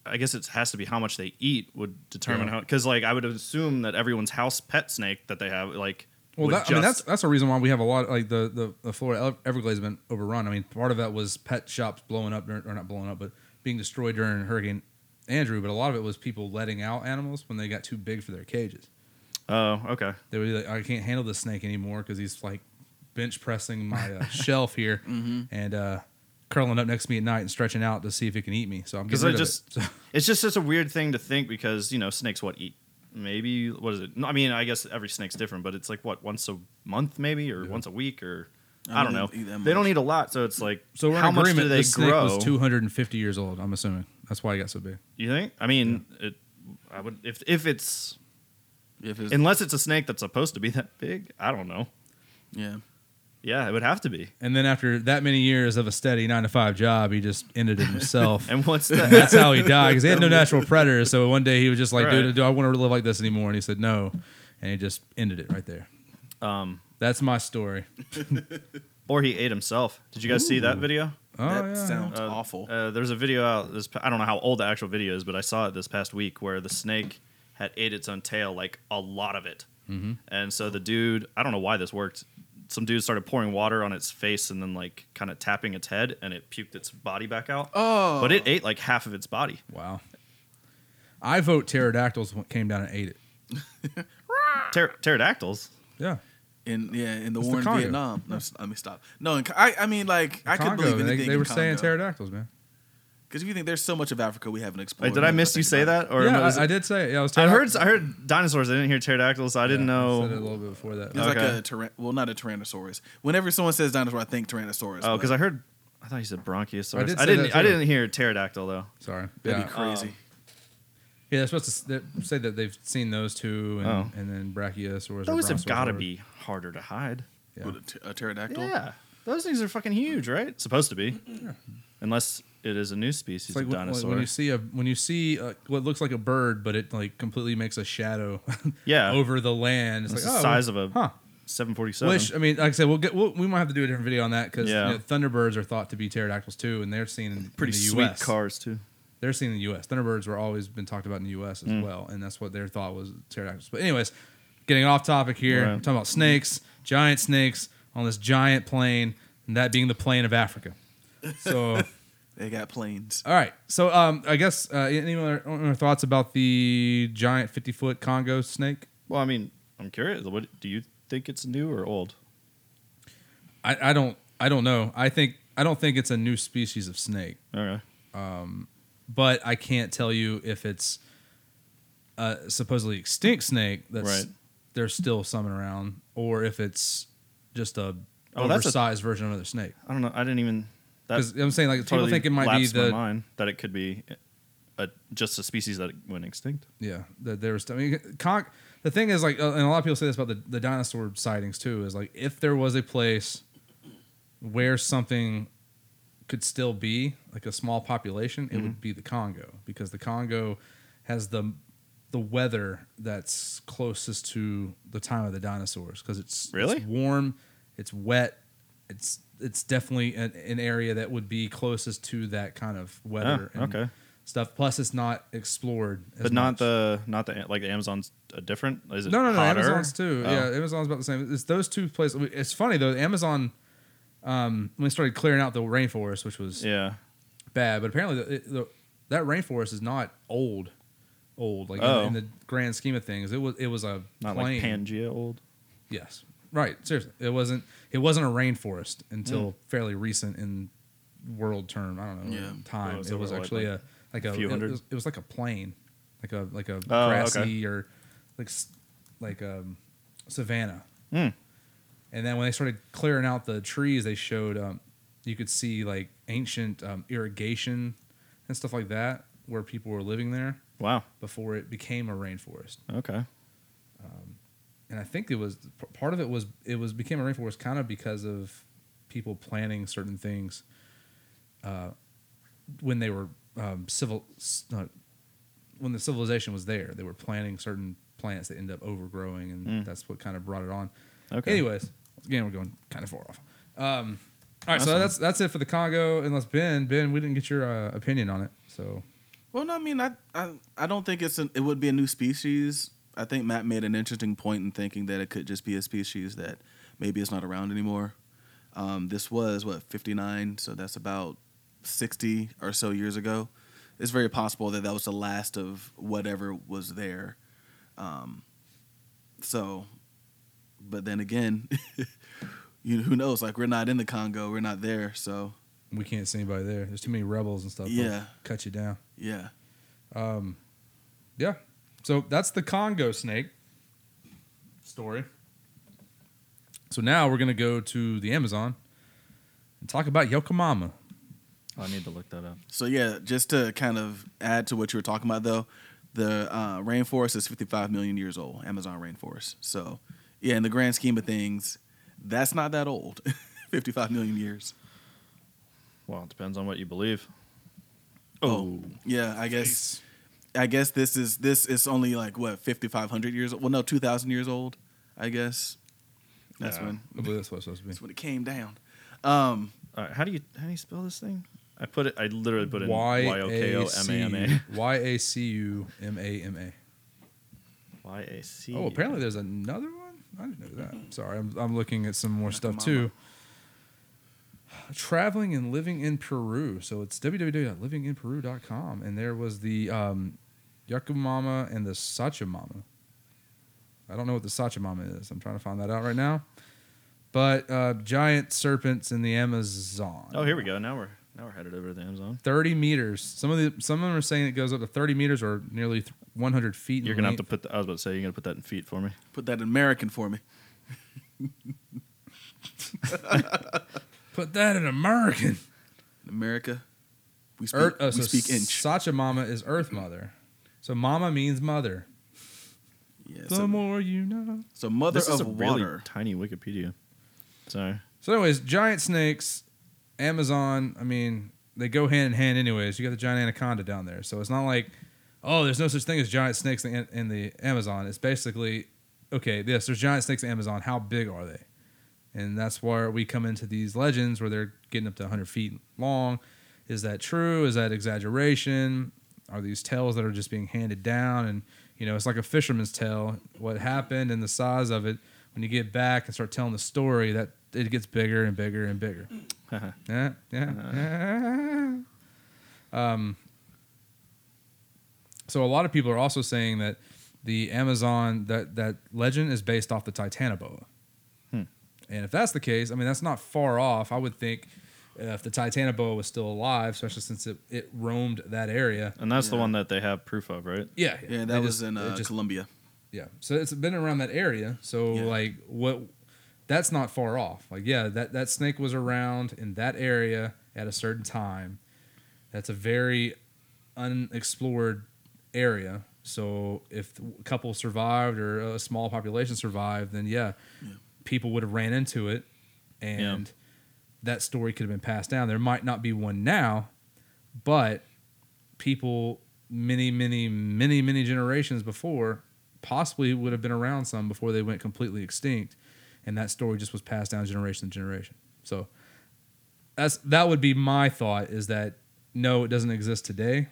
Speaker 3: i guess it has to be how much they eat would determine
Speaker 2: Yeah.
Speaker 3: how because like i would assume that everyone's house pet snake that they have like
Speaker 2: Well,
Speaker 3: would
Speaker 2: that, I mean, that's
Speaker 3: just-
Speaker 2: that's a reason why we have a lot like the the, the Florida Ever- Everglades have been overrun. I mean, part of that was pet shops blowing up during, or not blowing up, but being destroyed during Hurricane Andrew. But a lot of it was people letting out animals when they got too big for their cages.
Speaker 3: oh okay
Speaker 2: They were like, "I can't handle this snake anymore because he's like bench pressing my uh, shelf here
Speaker 3: Mm-hmm.
Speaker 2: and uh, curling up next to me at night and stretching out to see if it can eat me." So I'm
Speaker 3: because
Speaker 2: getting
Speaker 3: i
Speaker 2: rid of
Speaker 3: just
Speaker 2: it. So-
Speaker 3: it's just such a weird thing to think because you know snakes what eat maybe what is it no, i mean i guess every snake's different but it's like what once a month maybe or once a week or
Speaker 1: I
Speaker 3: i don't
Speaker 1: don't
Speaker 3: know
Speaker 1: eat that
Speaker 3: they don't
Speaker 1: much.
Speaker 3: eat a lot so it's like
Speaker 2: so we're
Speaker 3: how
Speaker 2: in
Speaker 3: much
Speaker 2: agreement.
Speaker 3: do they
Speaker 2: the snake
Speaker 3: grow
Speaker 2: was 250 years old. I'm assuming that's why he got so big.
Speaker 3: you think i mean it i would if if it's
Speaker 1: If it's,
Speaker 3: unless it's a snake that's supposed to be that big i don't know
Speaker 1: yeah.
Speaker 3: Yeah, it would have to be.
Speaker 2: And then after that many years of a steady nine to five job, he just ended it himself. and
Speaker 3: And what's
Speaker 2: that's
Speaker 3: that?
Speaker 2: how he died because they had no natural predators. So one day he was just like,
Speaker 3: Right.
Speaker 2: dude, do I want to live like this anymore? And he said, no. And he just ended it right there.
Speaker 3: um,
Speaker 2: That's my story.
Speaker 3: or he ate himself. Did you guys see that video?
Speaker 2: Oh,
Speaker 1: that
Speaker 2: yeah.
Speaker 1: sounds
Speaker 3: Uh,
Speaker 1: awful.
Speaker 3: Uh, there's a video out. This pa- I don't know how old the actual video is, but I saw it this past week where the snake had ate its own tail, like a lot of it. Mm-hmm. And so the dude, I don't know why this worked. Some dude started pouring water on its face and then like kind of tapping its head, and it puked its body back out.
Speaker 1: oh,
Speaker 3: But it ate like half of its body.
Speaker 2: Wow. I vote pterodactyls w- came down and ate it.
Speaker 3: Pter- pterodactyls.
Speaker 2: Yeah.
Speaker 1: in yeah in the
Speaker 2: It's the
Speaker 1: war in
Speaker 2: Congo.
Speaker 1: Vietnam. No, s- let me stop. No, in, Co- I I mean like I could
Speaker 2: Congo,
Speaker 1: believe
Speaker 2: they,
Speaker 1: anything.
Speaker 2: they were saying pterodactyls, man.
Speaker 1: because if you think there's so much of Africa we haven't explored.
Speaker 3: Wait, did I
Speaker 1: now that
Speaker 3: miss you
Speaker 1: think
Speaker 3: say
Speaker 1: about it.
Speaker 3: that? Or
Speaker 2: yeah,
Speaker 3: no, was
Speaker 2: I,
Speaker 3: it-
Speaker 2: I did say it. Yeah, I was
Speaker 3: I heard
Speaker 2: pterodactyls.
Speaker 3: I heard dinosaurs. I didn't hear pterodactyls. I didn't
Speaker 2: Yeah, I said it a
Speaker 3: know.
Speaker 2: little bit before that.
Speaker 1: It was like
Speaker 3: Okay.
Speaker 1: a tyran- well, not a tyrannosaurus. Whenever someone says dinosaur, I think tyrannosaurus.
Speaker 3: Oh, because
Speaker 1: but
Speaker 3: I heard. I thought you said bronchiosaurus.
Speaker 2: I
Speaker 3: I,
Speaker 2: did
Speaker 3: did
Speaker 2: say that
Speaker 3: not I
Speaker 2: too.
Speaker 3: didn't hear pterodactyl though.
Speaker 2: Sorry.
Speaker 1: that'd
Speaker 2: Yeah.
Speaker 1: be crazy.
Speaker 2: Yeah, they're supposed to s- they're- say that they've seen those two, and,
Speaker 3: Oh.
Speaker 2: and then Brachiosaurus.
Speaker 3: Those
Speaker 2: or
Speaker 3: have got to
Speaker 2: Brontosaurus.
Speaker 3: be harder to hide.
Speaker 2: Yeah.
Speaker 1: With a, t- a pterodactyl.
Speaker 3: Oh. Yeah, those things are fucking huge, right? Supposed to be, unless it is a new species
Speaker 2: It's like
Speaker 3: of
Speaker 2: when, like
Speaker 3: dinosaur.
Speaker 2: when you see a when you see uh what looks like a bird, but it like completely makes a shadow
Speaker 3: yeah,
Speaker 2: over the land. It's,
Speaker 3: it's
Speaker 2: like
Speaker 3: the
Speaker 2: oh,
Speaker 3: size of a
Speaker 2: huh.
Speaker 3: 747.
Speaker 2: Which I mean, like I said, we'll get we'll, we might have to do a different video on that because
Speaker 3: Yeah.
Speaker 2: thunderbirds are thought to be pterodactyls too, and they're seen in,
Speaker 3: Pretty
Speaker 2: in the
Speaker 3: sweet
Speaker 2: U.S.
Speaker 3: cars too.
Speaker 2: They're seen in the U.S. Thunderbirds were always been talked about in the U.S. as well, and that's what their thought was pterodactyls. But anyways, getting off topic here,
Speaker 3: Right.
Speaker 2: I'm talking about snakes, giant snakes on this giant plane, and that being the plane of Africa. So.
Speaker 1: They got planes.
Speaker 2: All right. So, um, I guess uh, any other, other thoughts about the giant fifty foot Congo snake?
Speaker 3: Well, I mean, I'm curious. What do you think it's new or old?
Speaker 2: I, I don't I don't know. I think I don't think it's a new species of snake,
Speaker 3: Okay,
Speaker 2: but I can't tell you if it's a supposedly extinct snake that's
Speaker 3: Right.
Speaker 2: there's still some around, or if it's just a
Speaker 3: Oh, that's a-
Speaker 2: oversized version of another snake.
Speaker 3: I don't know. I didn't even. That
Speaker 2: Because I'm saying like people
Speaker 3: totally
Speaker 2: think it might be
Speaker 3: lapsed my
Speaker 2: the
Speaker 3: mind that it could be uh, a, just a species that went extinct.
Speaker 2: Yeah, that there was. I mean, con- the thing is, like, uh, and a lot of people say this about the, the dinosaur sightings too. Is like, if there was a place where something could still be like a small population, it
Speaker 3: Mhm.
Speaker 2: would be the Congo because the Congo has the the weather that's closest to the time of the dinosaurs because it's
Speaker 3: Really?
Speaker 2: it's warm, it's wet, it's it's definitely an, an area that would be closest to that kind of weather.
Speaker 3: Oh, okay.
Speaker 2: Stuff. Plus, it's not explored, as
Speaker 3: But not
Speaker 2: much.
Speaker 3: the not the like the Amazon's a different. Is it
Speaker 2: No, no, no.
Speaker 3: hotter?
Speaker 2: Amazon's too.
Speaker 3: Oh.
Speaker 2: Yeah, Amazon's about the same. It's those two places. It's funny though. Amazon, um, when they started clearing out the rainforest, which was
Speaker 3: yeah.
Speaker 2: bad, but apparently the, it, the, that rainforest is not old, old like in-
Speaker 3: Oh.
Speaker 2: in, the grand scheme of things. It was it was a
Speaker 3: Not
Speaker 2: plain.
Speaker 3: like Pangea old.
Speaker 2: Yes, right. Seriously, it wasn't it wasn't a rainforest
Speaker 3: Mm.
Speaker 2: until fairly recent in world term. I don't know
Speaker 1: Yeah.
Speaker 2: time.
Speaker 3: Oh, is
Speaker 2: it
Speaker 3: that
Speaker 2: was
Speaker 3: what, like,
Speaker 2: actually
Speaker 3: like
Speaker 2: a like a
Speaker 3: few
Speaker 2: it
Speaker 3: hundred?
Speaker 2: was- It, was like a plain, like a like a
Speaker 3: Oh, okay.
Speaker 2: grassy or like s- like um savannah.
Speaker 3: Hmm.
Speaker 2: And then when they started clearing out the trees, they showed um you could see like ancient um, irrigation and stuff like that where people were living there
Speaker 3: Wow.
Speaker 2: before it became a rainforest
Speaker 3: Okay.
Speaker 2: and I think it was p- part of it was it was became a rainforest kind of because of people planning certain things uh, when they were um, civil s- uh, when the civilization was there they were planting certain plants that end up overgrowing and
Speaker 3: Mm.
Speaker 2: that's what kind of brought it on.
Speaker 3: Okay.
Speaker 2: Anyways, again we're going kind of far off. Um, all right, so
Speaker 3: Awesome.
Speaker 2: that's that's it for the Congo. Unless Ben, Ben, we didn't get your uh, opinion on it, so
Speaker 1: Well, no, I mean, I, I, I don't think it's an, it would be a new species. I think Matt made an interesting point in thinking that it could just be a species that maybe it's not around anymore. Um, this was what 59, so that's about 60 or so years ago. It's very possible that that was the last of whatever was there. Um, so, but then again, you who knows? Like we're not in the Congo, we're not there. So
Speaker 2: we can't see anybody there. There's too many rebels and stuff. They'll
Speaker 1: Yeah.
Speaker 2: cut you down.
Speaker 1: yeah,
Speaker 2: Yeah. So that's the Congo snake story. So now we're going to go to the Amazon and talk about Yokomama.
Speaker 3: I need to look that up.
Speaker 1: So yeah, just to kind of add to what you were talking about though, the uh, rainforest is 55 million years old, Amazon rainforest. So yeah, in the grand scheme of things, That's not that old. 55 million years.
Speaker 3: Well, it depends on what you believe.
Speaker 1: Oh, yeah, I guess I guess this is this is only like what 5500 years old. Well, no, 2000 years old, I guess. That's
Speaker 3: Yeah.
Speaker 1: when
Speaker 2: I believe that's what it's supposed to be.
Speaker 1: that's when it came down. Um
Speaker 3: All right, how do you how do you spell this thing? I put it. I literally put in Y O K O M A M
Speaker 2: Y-A-C-
Speaker 3: A.
Speaker 2: Y-A-C-U-M-A-M-A.
Speaker 3: Y A C.
Speaker 2: Oh, apparently there's another one? I didn't know that.
Speaker 3: Mm-hmm.
Speaker 2: Sorry, I'm, I'm looking at some more stuff
Speaker 1: Nakamama.
Speaker 2: too. Traveling and living in Peru. So it's www.livinginperu.com. And there was the um, Yakumama and the Sachamama. I don't know what the Sachamama is. I'm trying to find that out right now. But uh, giant serpents in the Amazon.
Speaker 3: Oh, here we go. Now we're now we're headed over to the Amazon.
Speaker 2: 30 meters. Some of the some of them are saying it goes up to 30 meters or nearly th- 100 feet. in
Speaker 3: You're gonna have to
Speaker 2: length.
Speaker 3: put. The, I was about to say you're gonna put that in feet for me.
Speaker 1: put that in American for me.
Speaker 2: put that in American.
Speaker 1: In America, we speak
Speaker 2: Earth, uh,
Speaker 1: we
Speaker 2: so
Speaker 1: speak inch.
Speaker 2: Sacha Mama is Earth Mother. So Mama means mother.
Speaker 1: Yeah,
Speaker 2: the
Speaker 1: so,
Speaker 2: more you know.
Speaker 1: so mother
Speaker 3: this
Speaker 1: Oh, of
Speaker 3: is a really
Speaker 1: water.
Speaker 3: tiny Wikipedia. Sorry.
Speaker 2: So, anyways, giant snakes, Amazon. I mean, they go hand in hand, anyways. You got the giant anaconda down there, so it's not like, oh, there's no such thing as giant snakes in, in the Amazon. It's basically, okay, this there's giant snakes in the Amazon. How big are they? And that's where we come into these legends where they're getting up to 100 feet long. Is that true? Is that exaggeration? Are these tales that are just being handed down? And you know, it's like a fisherman's tale. What happened and the size of it when you get back and start telling the story, that it gets bigger and bigger and bigger.
Speaker 1: Uh-huh.
Speaker 2: yeah, yeah. um, so a lot of people are also saying that the Amazon that that legend is based off the Titanoboa.
Speaker 3: Hmm.
Speaker 2: And if that's the case, I mean that's not far off. I would think uh, if the Titanoboa was still alive, especially since it, it roamed that area.
Speaker 3: And that's the
Speaker 1: Yeah.
Speaker 3: one that they have proof of, right?
Speaker 2: Yeah,
Speaker 1: yeah,
Speaker 2: They
Speaker 1: that was
Speaker 2: just-
Speaker 1: in
Speaker 2: it
Speaker 1: uh,
Speaker 2: just-
Speaker 1: Colombia.
Speaker 2: yeah. So it's been around that area. So
Speaker 1: Yeah.
Speaker 2: like what that's not far off. Like yeah, that that snake was around in that area at a certain time. That's a very unexplored area. So if a couple survived or a small population survived, then yeah,
Speaker 1: Yeah.
Speaker 2: people would have ran into it and that story could have been passed down. There might not be one now, but people many, many, many, many generations before possibly would have been around some before they went completely extinct, and that story just was passed down generation to generation. So that's that would be my thought is that no, it doesn't exist today,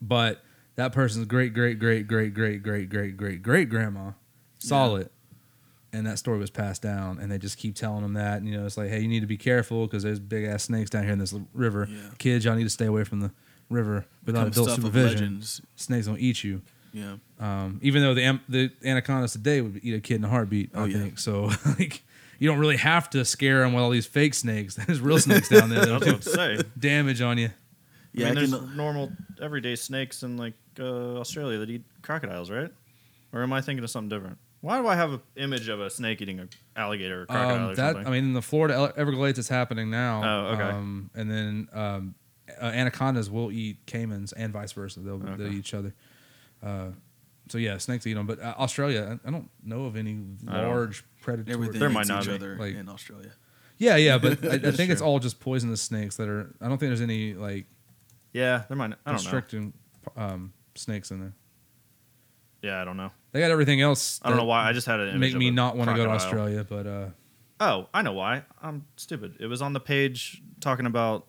Speaker 2: but that person's great, great, great, great, great, great, great, great, great grandma saw it. And that story was passed down, and they just keep telling them that. And, you know, it's like, hey, you need to be careful because there's big ass snakes down here in this l- river.
Speaker 1: Yeah.
Speaker 2: Kids, y'all need to stay away from the river without
Speaker 1: Kind of
Speaker 2: adult
Speaker 1: stuff of
Speaker 2: supervision.
Speaker 1: legends.
Speaker 2: Snakes don't eat you.
Speaker 1: Yeah.
Speaker 2: Um, even though the am- the anacondas today would eat a kid in a heartbeat, I
Speaker 1: Oh, yeah.
Speaker 2: think. So like, you don't really have to scare them with all these fake snakes. There's real snakes down there
Speaker 3: I
Speaker 2: that'll
Speaker 3: was
Speaker 2: do
Speaker 3: about to say.
Speaker 2: damage on you.
Speaker 1: Yeah,
Speaker 3: I mean,
Speaker 1: I
Speaker 3: there's
Speaker 1: can-
Speaker 3: normal everyday snakes in like uh, Australia that eat crocodiles, right? Or am I thinking of something different? Why do I have an image of a snake eating an alligator or crocodile
Speaker 2: Um,
Speaker 3: or
Speaker 2: that
Speaker 3: something?
Speaker 2: I mean, in the Florida Ele- Everglades, it's happening now.
Speaker 3: Oh, okay.
Speaker 2: Um, and then um, uh, anacondas will eat caimans and vice versa. They'll, they'll
Speaker 3: Okay.
Speaker 2: eat each other. Uh, so yeah, snakes eat them. But uh, Australia, I, I don't know of any
Speaker 3: I don't-
Speaker 2: large predator.
Speaker 1: Everything
Speaker 3: There
Speaker 1: eats
Speaker 3: might not
Speaker 1: each
Speaker 3: be,
Speaker 1: other
Speaker 2: like-
Speaker 1: in Australia.
Speaker 2: Yeah, yeah, but I, I
Speaker 3: That's
Speaker 2: think it's
Speaker 3: true.
Speaker 2: all just poisonous snakes that are. I don't think there's any like
Speaker 3: yeah, there might. Not, I don't know.
Speaker 2: restricting um, snakes in there.
Speaker 3: Yeah, I don't know.
Speaker 2: They got everything else.
Speaker 3: I don't
Speaker 2: that
Speaker 3: know why. I just had an image
Speaker 2: Make
Speaker 3: of
Speaker 2: me
Speaker 3: a
Speaker 2: not want to go to
Speaker 3: crocodile.
Speaker 2: Australia, but uh,
Speaker 3: Oh, I know why. I'm stupid. It was on the page talking about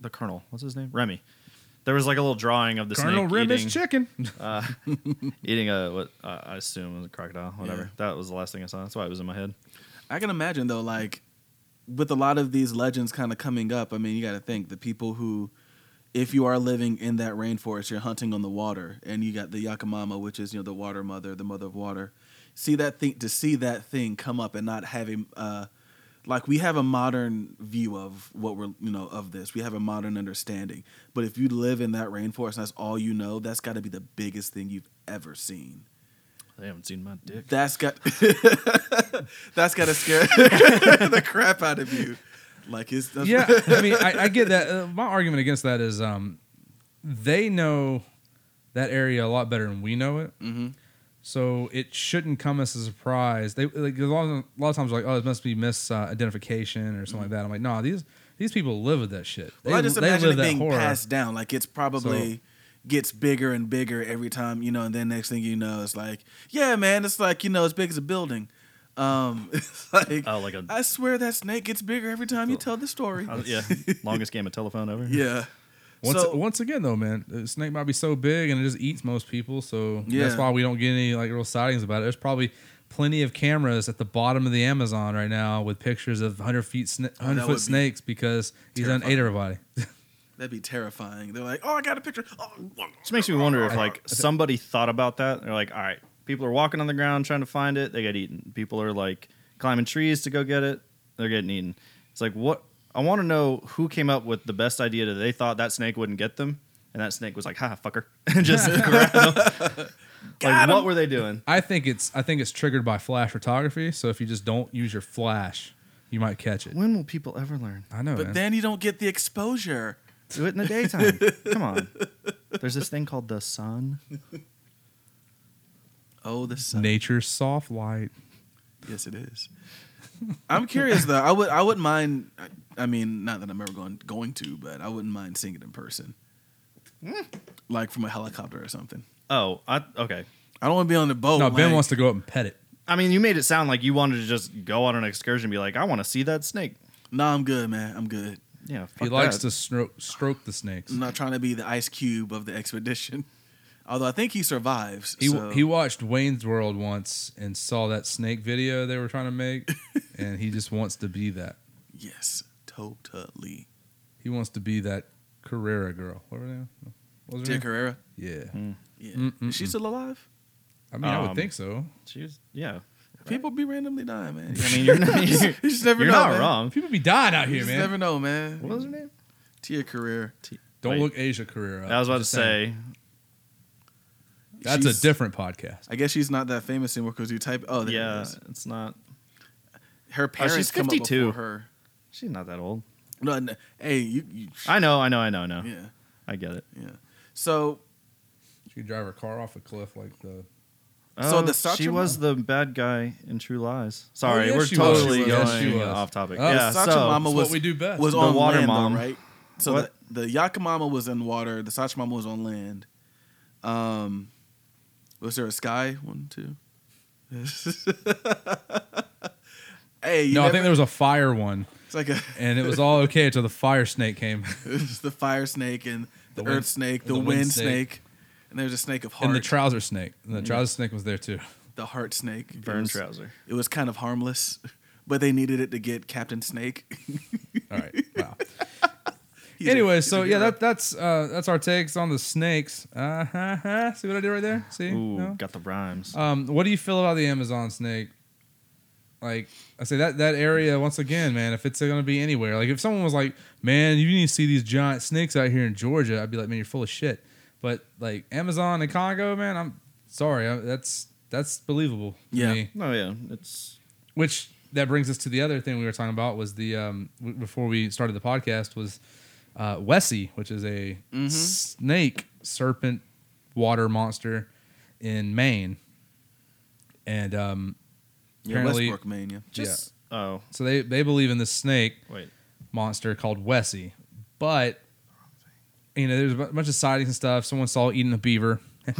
Speaker 3: the colonel. What's his name? Remy. There was like a little drawing of the
Speaker 2: Colonel
Speaker 3: snake
Speaker 2: Remus
Speaker 3: eating,
Speaker 2: chicken.
Speaker 3: uh, eating a what uh, I assume was a crocodile. Whatever.
Speaker 1: Yeah.
Speaker 3: That was the last thing I saw. That's why it was in my head.
Speaker 1: I can imagine though, like with a lot of these legends kind of coming up. I mean, you got to think the people who, if you are living in that rainforest, you're hunting on the water, and you got the Yakamama, which is you know the water mother, the mother of water. See that thing to see that thing come up and not having, uh, like we have a modern view of what we're you know of this. We have a modern understanding, but if you live in that rainforest and that's all you know, that's got to be the biggest thing you've ever seen.
Speaker 3: They haven't seen my dick.
Speaker 1: That's got that's got to scare the crap out of you. Like it's that's,
Speaker 2: yeah, I mean, I, I get that. Uh, my argument against that is um, they know that area a lot better than we know it.
Speaker 1: Mhm.
Speaker 2: So it shouldn't come as a surprise. They like a lot of, a lot of times like, oh, it must be misidentification
Speaker 3: Mm-hmm.
Speaker 2: or something like that. I'm like, no, these these people live with that shit.
Speaker 1: Well,
Speaker 2: they,
Speaker 1: I just
Speaker 2: they
Speaker 1: imagine
Speaker 2: live
Speaker 1: it
Speaker 2: that
Speaker 1: being
Speaker 2: horror.
Speaker 1: passed down. Like it's probably gets bigger and bigger every time, you know. And then next thing you know, it's like, yeah, man, it's like you know, as big as a building. Um, it's like,
Speaker 3: Oh, like a-
Speaker 1: I swear that snake gets bigger every time you tell the story.
Speaker 3: Uh, yeah, longest game of telephone ever.
Speaker 1: yeah.
Speaker 2: Once,
Speaker 1: so,
Speaker 2: once again, though, man, the snake might be so big and it just eats most people, so
Speaker 1: Yeah.
Speaker 2: that's why we don't get any like real sightings about it. There's probably plenty of cameras at the bottom of the Amazon right now with pictures of hundred feet, sna- hundred
Speaker 1: Oh, would
Speaker 2: foot
Speaker 1: be
Speaker 2: snakes because he's done
Speaker 1: terrifying.
Speaker 2: ate everybody.
Speaker 1: that'd be terrifying. They're like, oh, I got a picture. Oh,
Speaker 3: Which makes me wonder if like somebody thought about that. They're like, all right, people are walking on the ground trying to find it. They get eaten. People are like climbing trees to go get it. They're getting eaten. It's like what I want to know who came up with the best idea that they thought that snake wouldn't get them, and that snake was like, ha, fucker, and just grabbed them. like
Speaker 1: Got 'em.
Speaker 3: what were they doing?
Speaker 2: I think it's I think it's triggered by flash photography. So if you just don't use your flash, you might catch it.
Speaker 3: When will people ever learn?
Speaker 2: I know,
Speaker 1: but
Speaker 2: man.
Speaker 1: then you don't get the exposure.
Speaker 3: Do it in the daytime. Come on. There's this thing called the sun.
Speaker 1: Oh, the sun.
Speaker 2: Nature's soft light.
Speaker 1: Yes, it is. I'm curious though. I would I wouldn't mind. I- I mean, not that I'm ever going going to, but I wouldn't mind seeing it in person, like from a helicopter or something.
Speaker 3: Oh, I, okay.
Speaker 1: I don't want to be on the boat.
Speaker 2: No, Ben
Speaker 1: Oh, like-
Speaker 2: wants to go up and pet it.
Speaker 3: I mean, you made it sound like you wanted to just go on an excursion and be like, I want to see that snake.
Speaker 1: Nah, I'm good, man. I'm good.
Speaker 3: Yeah,
Speaker 2: He likes to stroke, stroke the snakes.
Speaker 1: I'm not trying to be the ice cube of the expedition. Although I think he survives.
Speaker 2: He
Speaker 1: so-
Speaker 2: he watched Wayne's World once and saw that snake video they were trying to make, and he just wants to be that.
Speaker 1: yes, totally.
Speaker 2: He wants to be that Carrera girl. What her name? What was her
Speaker 1: Dick
Speaker 2: name?
Speaker 1: Herrera.
Speaker 2: Yeah,
Speaker 1: Yeah,
Speaker 2: Mm-mm-mm.
Speaker 1: is she still alive?
Speaker 2: I mean, I would
Speaker 3: Um,
Speaker 2: think so.
Speaker 3: She was, yeah.
Speaker 1: People be randomly dying, man.
Speaker 3: I mean, you're not, you're,
Speaker 1: You just never
Speaker 3: you're
Speaker 1: know,
Speaker 3: not
Speaker 1: man.
Speaker 3: wrong.
Speaker 2: People be dying out
Speaker 1: you
Speaker 2: here,
Speaker 1: just
Speaker 2: man.
Speaker 1: never know, man.
Speaker 3: What was her name?
Speaker 1: Tia Career.
Speaker 2: Don't
Speaker 3: Wait.
Speaker 2: look Asia Carrera. up.
Speaker 3: I was
Speaker 2: I'm
Speaker 3: about to
Speaker 2: Uh, just saying.
Speaker 3: say,
Speaker 2: that's
Speaker 1: She's-
Speaker 2: a different podcast.
Speaker 1: I guess she's not that famous anymore because you type. Oh, there it
Speaker 3: yeah,
Speaker 1: is.
Speaker 3: it's not.
Speaker 1: Her
Speaker 3: Oh, she's
Speaker 1: parents come up
Speaker 3: 52.
Speaker 1: before her.
Speaker 3: She's not that old.
Speaker 1: No, n- hey, you, you
Speaker 3: I know, I know, I know, I know.
Speaker 1: yeah,
Speaker 3: I get it.
Speaker 1: yeah. So
Speaker 2: She could drive her car off a cliff like the.
Speaker 1: So
Speaker 3: Oh,
Speaker 1: the
Speaker 3: she
Speaker 1: Sachemo-
Speaker 3: was the bad guy in True Lies. Sorry,
Speaker 2: Oh, yeah,
Speaker 3: we're
Speaker 2: she was.
Speaker 3: totally
Speaker 1: She
Speaker 3: going
Speaker 1: was.
Speaker 2: Yes, she was.
Speaker 3: off topic.
Speaker 2: Oh,
Speaker 3: yeah,
Speaker 1: Sacha
Speaker 3: so
Speaker 1: Mama
Speaker 2: It's
Speaker 1: was
Speaker 2: what we do best.
Speaker 1: was
Speaker 3: The
Speaker 1: on
Speaker 3: water
Speaker 1: land, though,
Speaker 3: mom.
Speaker 1: right? So
Speaker 3: What?
Speaker 1: the, the Yakamama was in water. The Sachimama was on land. Um, was there a sky one too? hey, you
Speaker 2: no, I
Speaker 1: never-
Speaker 2: think there was a fire one,
Speaker 1: it's like a
Speaker 2: and it was all okay until the fire snake came,
Speaker 1: it's the fire snake and the,
Speaker 2: The
Speaker 1: earth
Speaker 2: wind-
Speaker 1: snake, the,
Speaker 2: the
Speaker 1: wind,
Speaker 2: wind
Speaker 1: snake. and there's a snake of heart,
Speaker 2: and the
Speaker 1: the,
Speaker 2: trouser snake. And the trouser snake was there too.
Speaker 1: heart snake, It
Speaker 3: Burn
Speaker 1: was-
Speaker 3: trouser.
Speaker 1: It was kind of harmless, but they needed it to get Captain Snake.
Speaker 2: All right, wow.
Speaker 1: He's a-
Speaker 2: anyway,
Speaker 1: he's a
Speaker 2: so yeah,
Speaker 1: hero.
Speaker 2: that, that's uh, that's our takes on the snakes. Uh huh. huh. See what I did right there? See?
Speaker 3: Ooh,
Speaker 2: No?
Speaker 3: got the rhymes.
Speaker 2: Um, what do you feel about the Amazon snake? Like I say, that that area once again, man. If it's gonna be anywhere, like if someone was like, "Man, you need to see these giant snakes out here in Georgia," I'd be like, "Man, you're full of shit." But like Amazon and Congo, man, I'm sorry. I, that's that's believable. to
Speaker 1: Yeah.
Speaker 2: me.
Speaker 3: oh yeah, it's
Speaker 2: Which that brings us to the other thing we were talking about was the um w- before we started the podcast was uh Wessie, which is a snake serpent water monster in Maine. And um
Speaker 1: yeah,
Speaker 2: apparently-
Speaker 1: Westbrook Mania.
Speaker 3: just. Oh
Speaker 2: so they they believe in this snake
Speaker 3: wait,
Speaker 2: monster called Wessie. But you know, there's a bu- bunch of sightings and stuff. Someone saw it eating a beaver.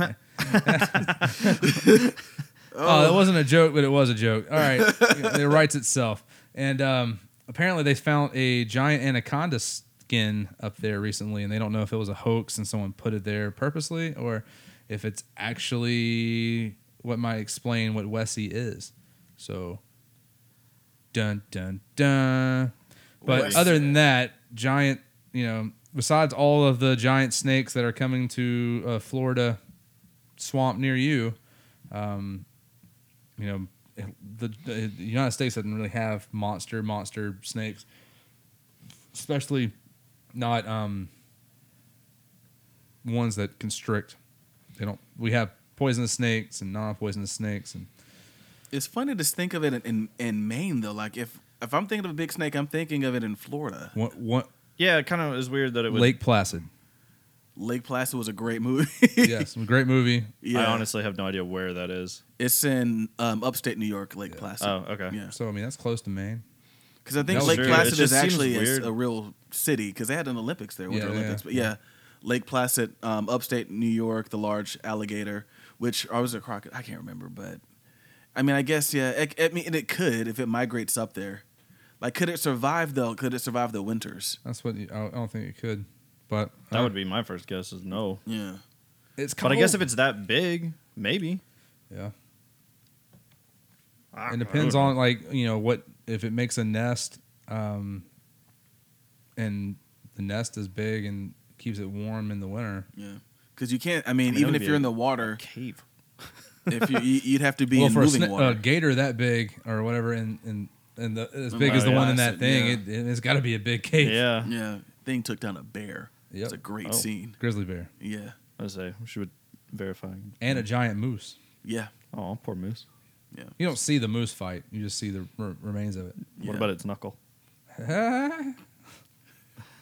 Speaker 2: Oh, that wasn't a joke, but it was a joke. All right, it writes itself. And um, apparently, they found a giant anaconda skin up there recently, and they don't know if it was a hoax and someone put it there purposely, or if it's actually what might explain what Wessie is. So, dun dun dun. But
Speaker 1: Wessie.
Speaker 2: other than that, giant, you know, besides all of the giant snakes that are coming to uh, Florida swamp near you, um, you know, the, the United States doesn't really have monster monster snakes, especially not um, ones that constrict. They don't. We have poisonous snakes and non-poisonous snakes, and
Speaker 1: It's funny to think of it in, in, in Maine though. Like if if I'm thinking of a big snake, I'm thinking of it in Florida.
Speaker 2: one, one,
Speaker 3: yeah, it kind of is weird that it would
Speaker 2: Lake Placid.
Speaker 1: Lake Placid was a great movie.
Speaker 2: yes, great movie.
Speaker 1: yeah.
Speaker 3: I honestly have no idea where that is.
Speaker 1: it's in um, upstate New York, Lake Placid.
Speaker 3: Oh, okay.
Speaker 1: Yeah,
Speaker 2: So I mean, that's close to Maine.
Speaker 1: because I think
Speaker 2: That's
Speaker 1: Lake
Speaker 2: true.
Speaker 1: Placid
Speaker 3: It
Speaker 1: is
Speaker 3: just seems
Speaker 1: actually a,
Speaker 3: weird.
Speaker 1: a real city because they had an Olympics there, Winter
Speaker 2: Yeah, yeah,
Speaker 1: Olympics. But
Speaker 2: yeah.
Speaker 1: yeah, Lake Placid, um, upstate New York, the large alligator, which or was it a crocodile? I can't remember, but I mean, I guess yeah. It, I mean, and it could if it migrates up there. Like, could it survive though? Could it survive the winters?
Speaker 2: That's what you, I don't- I don't think it could. But
Speaker 3: That
Speaker 2: uh,
Speaker 3: would be my first guess is no.
Speaker 1: Yeah.
Speaker 2: It's
Speaker 3: But I guess if it's that big, maybe.
Speaker 2: yeah,
Speaker 3: I
Speaker 2: it
Speaker 3: don't
Speaker 2: depends
Speaker 3: know.
Speaker 2: on like you know what if it makes a nest, um, and the nest is big and keeps it warm in the winter.
Speaker 1: Yeah, because you can't. I mean,
Speaker 3: I mean, it
Speaker 1: even
Speaker 3: would
Speaker 1: if
Speaker 3: be
Speaker 1: you're in
Speaker 3: a-
Speaker 1: the water,
Speaker 3: cave.
Speaker 1: if you you- you'd have to be
Speaker 2: well,
Speaker 1: in
Speaker 2: for a,
Speaker 1: moving
Speaker 2: sna- uh, a
Speaker 1: water.
Speaker 2: gator that big or whatever, and and and the, as
Speaker 1: Oh,
Speaker 2: big as the one in
Speaker 1: yeah.
Speaker 2: that thing,
Speaker 1: Yeah.
Speaker 2: it, it, has got to be a big cave.
Speaker 3: Yeah.
Speaker 1: yeah, thing took down a bear.
Speaker 2: Yep.
Speaker 1: It's a great
Speaker 3: Oh.
Speaker 1: scene.
Speaker 2: grizzly bear
Speaker 1: Yeah,
Speaker 3: I say she would verify.
Speaker 2: and a giant moose.
Speaker 1: yeah,
Speaker 3: Oh, poor moose.
Speaker 2: You don't see the moose fight; you just see the r- remains of it.
Speaker 1: yeah.
Speaker 3: What about its knuckle?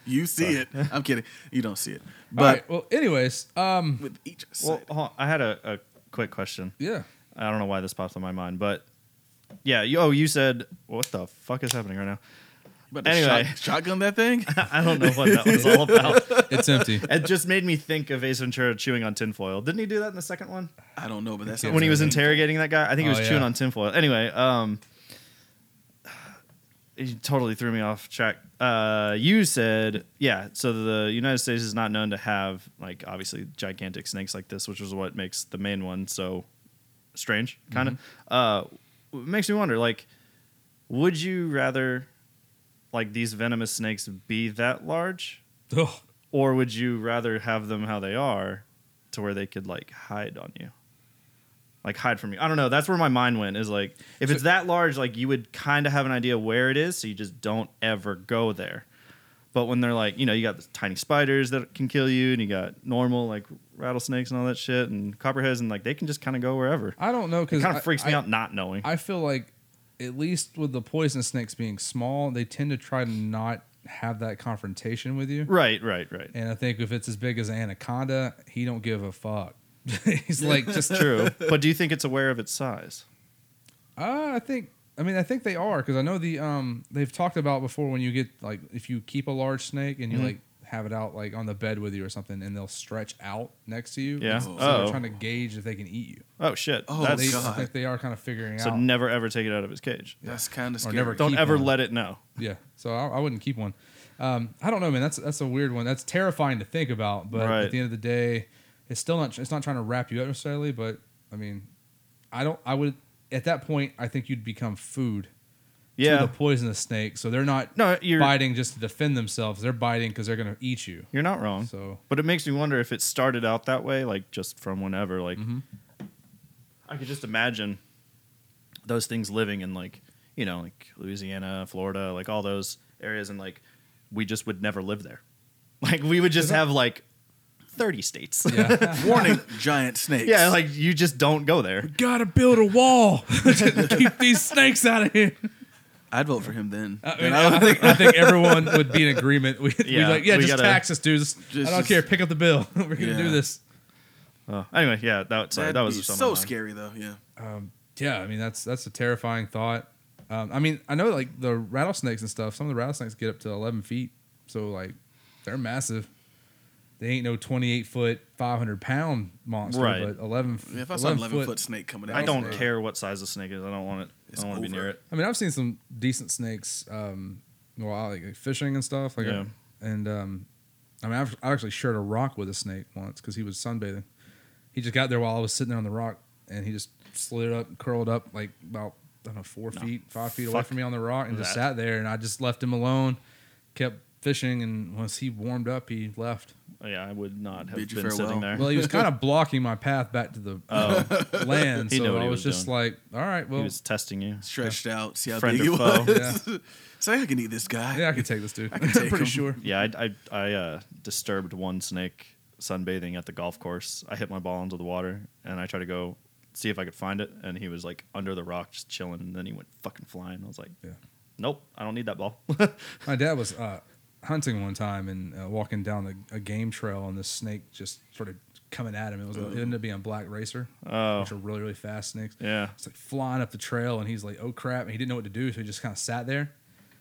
Speaker 1: You see it. I'm kidding. You don't see it,
Speaker 2: But
Speaker 1: but
Speaker 2: well, anyways, um,
Speaker 1: with each
Speaker 3: Well,
Speaker 1: side,
Speaker 3: hold on. I had a, a quick question.
Speaker 2: yeah,
Speaker 3: I don't know why this popped in my mind, but yeah. You, oh, you said what the fuck is happening right now?
Speaker 1: you about to
Speaker 3: anyway.
Speaker 1: shot- shotgun that thing.
Speaker 3: I don't know what that was all about.
Speaker 2: it's empty.
Speaker 3: It just made me think of Ace Ventura chewing on tinfoil. Didn't he do that in the second one
Speaker 1: I don't know, but that's
Speaker 3: when he was interrogating that guy? I think he
Speaker 2: Oh,
Speaker 3: was chewing
Speaker 2: yeah.
Speaker 3: on tinfoil. Anyway, um, he totally threw me off track. Uh, you said, yeah. So the United States is not known to have like obviously gigantic snakes like this, which is what makes the main one so strange, kind of.
Speaker 2: Mm-hmm.
Speaker 3: Uh, it makes me wonder, like, would you rather like these venomous snakes be that large?
Speaker 2: Ugh.
Speaker 3: or would you rather have them how they are to where they could like hide on you like hide from you i don't know that's where my mind went is like if it's that large like you would kind of have an idea where it is so you just don't ever go there but when they're like you know you got the tiny spiders that can kill you and you got normal like rattlesnakes and all that shit and copperheads and like they can just kind of go wherever
Speaker 2: I don't know
Speaker 3: it
Speaker 2: because
Speaker 3: kind of freaks me out not knowing
Speaker 2: I feel like at least with the poison snakes being small, they tend to try to not have that confrontation with you.
Speaker 3: right right right
Speaker 2: And I think if it's as big as an anaconda, he don't give a fuck. He's like just uh,
Speaker 3: true but do you think it's aware of its size
Speaker 2: Uh, I think I mean I think they are because I know the um they've talked about before when you get like if you keep a large snake and you
Speaker 3: Mm-hmm.
Speaker 2: like have it out like on the bed with you or something and they'll stretch out next to you.
Speaker 3: Yeah.
Speaker 2: So they're
Speaker 3: Oh.
Speaker 2: trying to gauge if they can eat you.
Speaker 3: oh shit
Speaker 1: Oh,
Speaker 2: They,
Speaker 3: that's
Speaker 2: I
Speaker 1: God.
Speaker 2: think they are kind of figuring
Speaker 3: so
Speaker 2: out.
Speaker 3: never ever take it out of its cage
Speaker 1: That's kind of
Speaker 2: Or
Speaker 1: scary.
Speaker 2: never
Speaker 3: don't
Speaker 2: Keep
Speaker 3: ever
Speaker 2: one.
Speaker 3: let it know
Speaker 2: Yeah, so I, I wouldn't keep one. Um, I don't know, man. That's that's a weird one. That's terrifying to think about. But
Speaker 3: Right.
Speaker 2: at the end of the day, it's still not. It's not trying to wrap you up necessarily. But I mean, I don't. I would at that point. I think you'd become food.
Speaker 3: yeah
Speaker 2: To the poisonous snake. So they're not
Speaker 3: No, you're
Speaker 2: biting just to defend themselves. They're biting because they're gonna eat you.
Speaker 3: you're not wrong.
Speaker 2: So
Speaker 3: But it makes me wonder if it started out that way, like just from whenever. Like
Speaker 2: Mm-hmm.
Speaker 3: I could just imagine those things living in like you know like Louisiana, Florida, like all those areas, and like we just would never live there. Like we would just have like thirty states. Yeah,
Speaker 2: yeah,
Speaker 1: Warning, giant snakes.
Speaker 3: like you just don't go there.
Speaker 2: gotta build a wall to keep these snakes out of here.
Speaker 1: I'd vote for him then.
Speaker 3: Uh,
Speaker 2: I, mean,
Speaker 1: Then
Speaker 2: I,
Speaker 1: I would
Speaker 2: think, I think everyone would be in agreement. We, would
Speaker 3: Yeah,
Speaker 2: like, yeah,
Speaker 3: we
Speaker 2: just
Speaker 3: gotta-
Speaker 2: tax us, dude. Just- I
Speaker 1: Just-
Speaker 2: don't
Speaker 1: just-
Speaker 2: care. Pick up the bill. We're gonna do
Speaker 1: Yeah.
Speaker 2: this.
Speaker 3: Uh, anyway, yeah, that sorry,
Speaker 1: that'd
Speaker 3: that was
Speaker 1: be
Speaker 3: just on my
Speaker 1: so
Speaker 3: mind.
Speaker 1: scary though. Yeah.
Speaker 2: Yeah, I mean that's that's a terrifying thought. Um, I mean, I know like the rattlesnakes and stuff. Some of the rattlesnakes get up to eleven feet, so like they're massive. They ain't no twenty-eight foot, five hundred pound monster,
Speaker 3: Right.
Speaker 2: but eleven.
Speaker 1: I mean, if I saw an 11 foot, snake coming out,
Speaker 3: I don't
Speaker 1: today,
Speaker 3: care what size the snake is. I don't want it.
Speaker 1: It's
Speaker 3: I don't want to be
Speaker 1: over.
Speaker 3: near it.
Speaker 2: I mean, I've seen some decent snakes. Um, well, I like, like fishing and stuff. Like,
Speaker 3: Yeah.
Speaker 2: and um, I mean, I've, I actually shared a rock with a snake once because he was sunbathing. He just got there while I was sitting there on the rock, and he just slid up, curled up, like about I don't know, four feet, five feet away
Speaker 3: Fuck
Speaker 2: from me on the rock, and just
Speaker 3: that.
Speaker 2: sat there. And I just left him alone, kept fishing, and once he warmed up, he left.
Speaker 3: Yeah, I would not have
Speaker 1: Bid you
Speaker 3: been sitting
Speaker 1: farewell.
Speaker 3: there.
Speaker 2: Well, he was kind of blocking my path back to the land,
Speaker 3: Oh. He knew
Speaker 2: so
Speaker 3: what
Speaker 2: I
Speaker 3: he
Speaker 2: was,
Speaker 3: was
Speaker 2: just like, all right,
Speaker 3: he
Speaker 2: well,
Speaker 3: was testing you.
Speaker 1: Stretched out, see how
Speaker 3: Friend
Speaker 1: big
Speaker 3: or
Speaker 1: he
Speaker 3: foe.
Speaker 1: was.
Speaker 2: Yeah.
Speaker 1: so I can eat this guy.
Speaker 2: yeah, I could take this dude.
Speaker 1: can take
Speaker 2: Pretty
Speaker 1: him.
Speaker 2: sure.
Speaker 3: Yeah, I I, I uh, disturbed one snake sunbathing at the golf course. I hit my ball into the water and I tried to go see if I could find it, and he was like under the rock just chilling. And then he went fucking flying. I was like,
Speaker 2: Yeah.
Speaker 3: Nope, I don't need that ball.
Speaker 2: My dad was uh, hunting one time and uh, walking down a, a game trail, and this snake just started coming at him. It was a, it ended up being a black racer,
Speaker 3: Oh.
Speaker 2: which are really really fast snakes.
Speaker 3: Yeah.
Speaker 2: It's like flying up the trail, and he's like, "Oh crap!" And he didn't know what to do, so he just kind of sat there.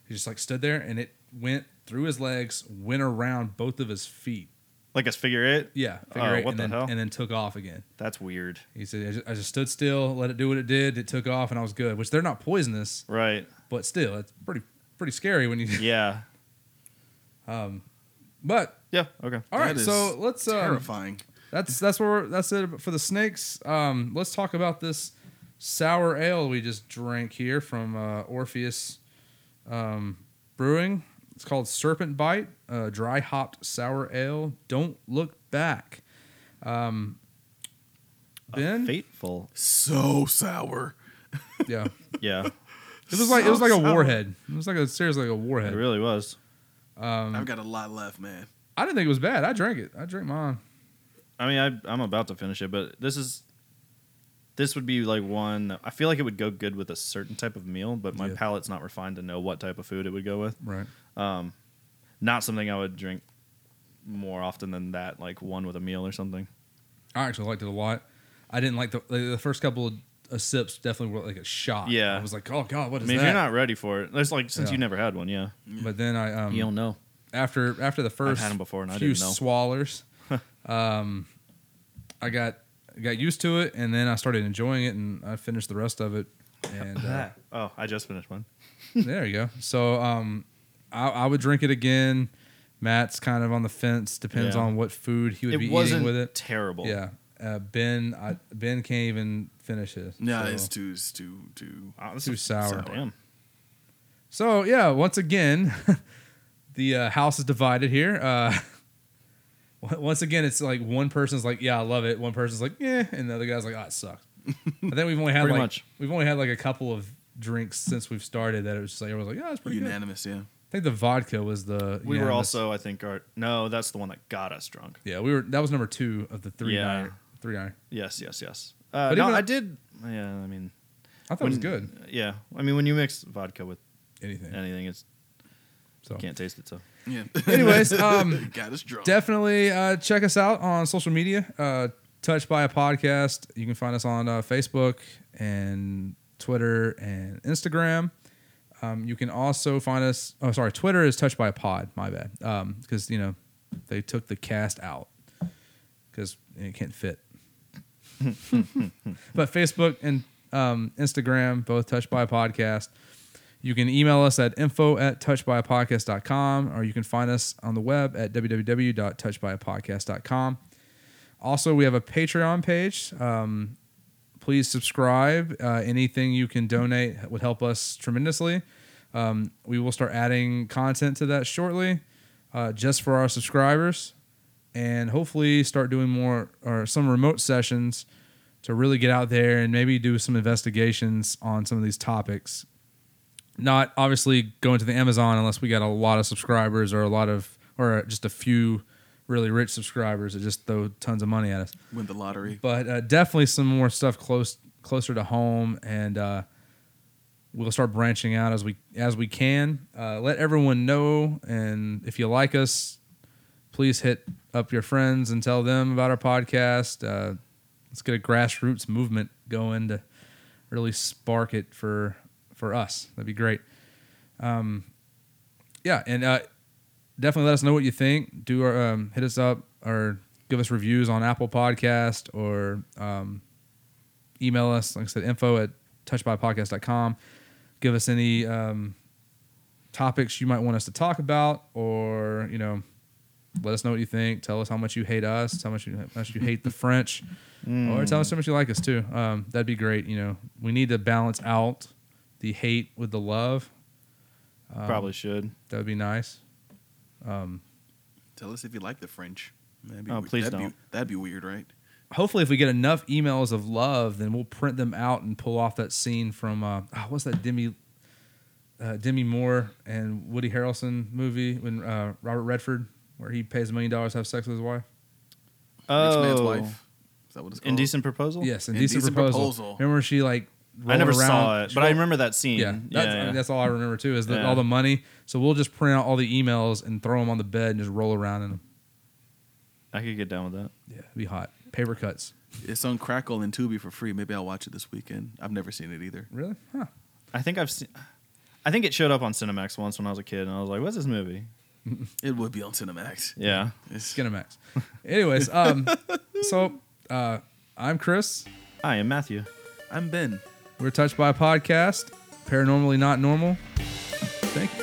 Speaker 2: He just like stood there, and it went through his legs, went around both of his feet.
Speaker 3: Like it's figure eight.
Speaker 2: Yeah,
Speaker 3: Oh,
Speaker 2: eight,
Speaker 3: what
Speaker 2: and
Speaker 3: the
Speaker 2: then,
Speaker 3: hell?
Speaker 2: And then took off again.
Speaker 3: That's weird.
Speaker 2: He said, I just, "I just stood still, let it do what it did. It took off, and I was good." Which they're not poisonous,
Speaker 3: Right.
Speaker 2: but still, it's pretty pretty scary when you.
Speaker 3: Yeah.
Speaker 2: But
Speaker 3: Yeah. Okay.
Speaker 2: all
Speaker 1: That
Speaker 2: right,
Speaker 1: is
Speaker 2: so let's. Um,
Speaker 1: terrifying.
Speaker 2: that's that's where we're, that's it for the snakes. Um, let's talk about this sour ale we just drank here from uh, Orpheus um, Brewing. It's called Serpent Bite, uh, dry hopped sour ale. Don't look back. Um, ben,
Speaker 3: Fateful.
Speaker 1: So sour.
Speaker 2: yeah,
Speaker 3: Yeah.
Speaker 2: it was like it was like a
Speaker 1: Sour.
Speaker 2: warhead. It was like a seriously like a
Speaker 3: It
Speaker 2: warhead.
Speaker 3: really was.
Speaker 2: Um,
Speaker 1: I've got a lot left, man.
Speaker 2: I didn't think it was bad. I drank it. I drank mine.
Speaker 3: I mean, I, I'm about to finish it, but this is this would be like one. that- I feel like it would go good with a certain type of meal, but my
Speaker 2: Yeah.
Speaker 3: palate's not refined to know what type of food it would go with.
Speaker 2: Right.
Speaker 3: Um, not something I would drink more often than that, like one with a meal or something.
Speaker 2: I actually liked it a lot. I didn't like the the, the first couple of uh, sips. Definitely were like a shot.
Speaker 3: Yeah.
Speaker 2: I was like, oh god, what
Speaker 3: I
Speaker 2: is
Speaker 3: mean, if
Speaker 2: that?
Speaker 3: you're not ready for it, it's like since
Speaker 2: Yeah.
Speaker 3: you never had one, yeah,
Speaker 2: But then I um
Speaker 3: you don't know.
Speaker 2: after after the 1st
Speaker 3: had 'em before and I
Speaker 2: few
Speaker 3: didn't know.
Speaker 2: swallers, um, I got got used to it, and then I started enjoying it, and I finished the rest of it. And uh,
Speaker 3: Oh, I just finished one.
Speaker 2: there you go. So um, I, I would drink it again. Matt's kind of on the fence. Depends
Speaker 3: Yeah.
Speaker 2: on what food he would be
Speaker 3: It
Speaker 2: eating
Speaker 3: wasn't
Speaker 2: with it.
Speaker 3: terrible.
Speaker 2: Yeah. Uh, ben, I, Ben can't even finish his.
Speaker 1: No,
Speaker 2: so-
Speaker 1: it's too, it's too, too.
Speaker 3: Oh, this
Speaker 2: Too
Speaker 3: is
Speaker 2: sour.
Speaker 3: Damn.
Speaker 2: So yeah, once again, the uh, house is divided here. Uh, on- once again, it's like one person's like, "Yeah, I love it." One person's like, "Yeah," and the other guy's like, "Ah, it sucks." I think we've only had
Speaker 3: Pretty
Speaker 2: like
Speaker 3: much.
Speaker 2: we've only had like a couple of drinks since we've started that it was just like everyone's like, "Yeah, it's pretty good."
Speaker 1: Unanimous, yeah.
Speaker 2: I think the vodka was the
Speaker 3: We were
Speaker 2: unanimous-
Speaker 3: also, I think, our, no, that's the one that got us drunk.
Speaker 2: yeah we were that was number two of the three
Speaker 3: Yeah.
Speaker 2: night three night.
Speaker 3: Yes, yes, yes. Uh,
Speaker 2: But
Speaker 3: no,
Speaker 2: even-
Speaker 3: I did. Yeah, I mean,
Speaker 2: I thought it was good.
Speaker 3: Yeah, I mean, when you mix vodka with
Speaker 2: Anything.
Speaker 3: anything, it's
Speaker 2: so
Speaker 3: you can't taste it. So
Speaker 1: Yeah.
Speaker 2: anyways, um,
Speaker 1: Got us drunk.
Speaker 2: definitely uh, check us out on social media uh, touch by a podcast you can find us on uh, facebook and twitter and instagram um, you can also find us oh sorry twitter is touched by a pod my bad because you know they took the cast out because it can't fit but facebook and um, instagram both touched by a podcast you can email us at info at touchbyapodcast.com or you can find us on the web at www.touchbyapodcast.com. Also, we have a Patreon page. Um, please subscribe. Uh, anything you can donate would help us tremendously. Um, we will start adding content to that shortly uh, just for our subscribers and hopefully start doing more or some remote sessions to really get out there and maybe do some investigations on some of these topics not obviously going to the Amazon unless we got a lot of subscribers or a lot of or just a few really rich subscribers that just throw tons of money at us.
Speaker 1: Win the lottery.
Speaker 2: But uh, definitely some more stuff close closer to home, and uh, we'll start branching out as we as we can. Uh, let everyone know, and if you like us, please hit up your friends and tell them about our podcast. Uh, let's get a grassroots movement going to really spark it for for us. That'd be great. Um, yeah, and uh, definitely let us know what you think. Do our, um, hit us up or give us reviews on Apple Podcast or um, email us. Like I said, info at touchbypodcast.com. Give us any um, topics you might want us to talk about, or you know, let us know what you think. Tell us how much you hate us, how much you, how much you hate the French, or tell us how much you like us too. Um, that'd be great. You know, we need to balance out the hate with the love. Um,
Speaker 3: probably should.
Speaker 2: That would be nice.
Speaker 1: Tell us if you like the French. That'd
Speaker 3: Oh,
Speaker 1: we-
Speaker 3: please
Speaker 1: that'd Be,
Speaker 3: don't.
Speaker 1: that'd be weird, right?
Speaker 2: hopefully if we get enough emails of love then we'll print them out and pull off that scene from uh oh, what's that demi uh, demi moore and woody harrelson movie when uh robert redford where he pays a million dollars to have sex with his wife
Speaker 1: Rich man's
Speaker 3: Oh,
Speaker 1: wife. Is that what it's called?
Speaker 3: indecent proposal.
Speaker 2: yes and
Speaker 1: Indecent
Speaker 2: decent proposal.
Speaker 1: Proposal.
Speaker 2: remember she like
Speaker 3: I
Speaker 2: roll
Speaker 3: never
Speaker 2: around.
Speaker 3: saw it, but I remember that scene.
Speaker 2: Yeah, that's,
Speaker 3: yeah,
Speaker 2: I
Speaker 3: yeah.
Speaker 2: mean, that's all I remember too is the,
Speaker 3: Yeah.
Speaker 2: all the money. So we'll just print out all the emails and throw them on the bed and just roll around in them.
Speaker 3: I could get down with that.
Speaker 2: Yeah, it'd be hot. Paper cuts.
Speaker 1: It's on Crackle and Tubi for free. Maybe I'll watch it this weekend. I've never seen it either.
Speaker 2: Really? Huh.
Speaker 3: I think I've seen. I think it showed up on Cinemax once when I was a kid, and I was like, "What's this movie?"
Speaker 1: It would be on Cinemax.
Speaker 3: Yeah,
Speaker 1: It's-
Speaker 2: Skinemax. Anyways, um, so uh, I'm Chris.
Speaker 3: I am Matthew.
Speaker 1: I'm Ben.
Speaker 2: We're touched by a podcast. Paranormally not normal. Thank you.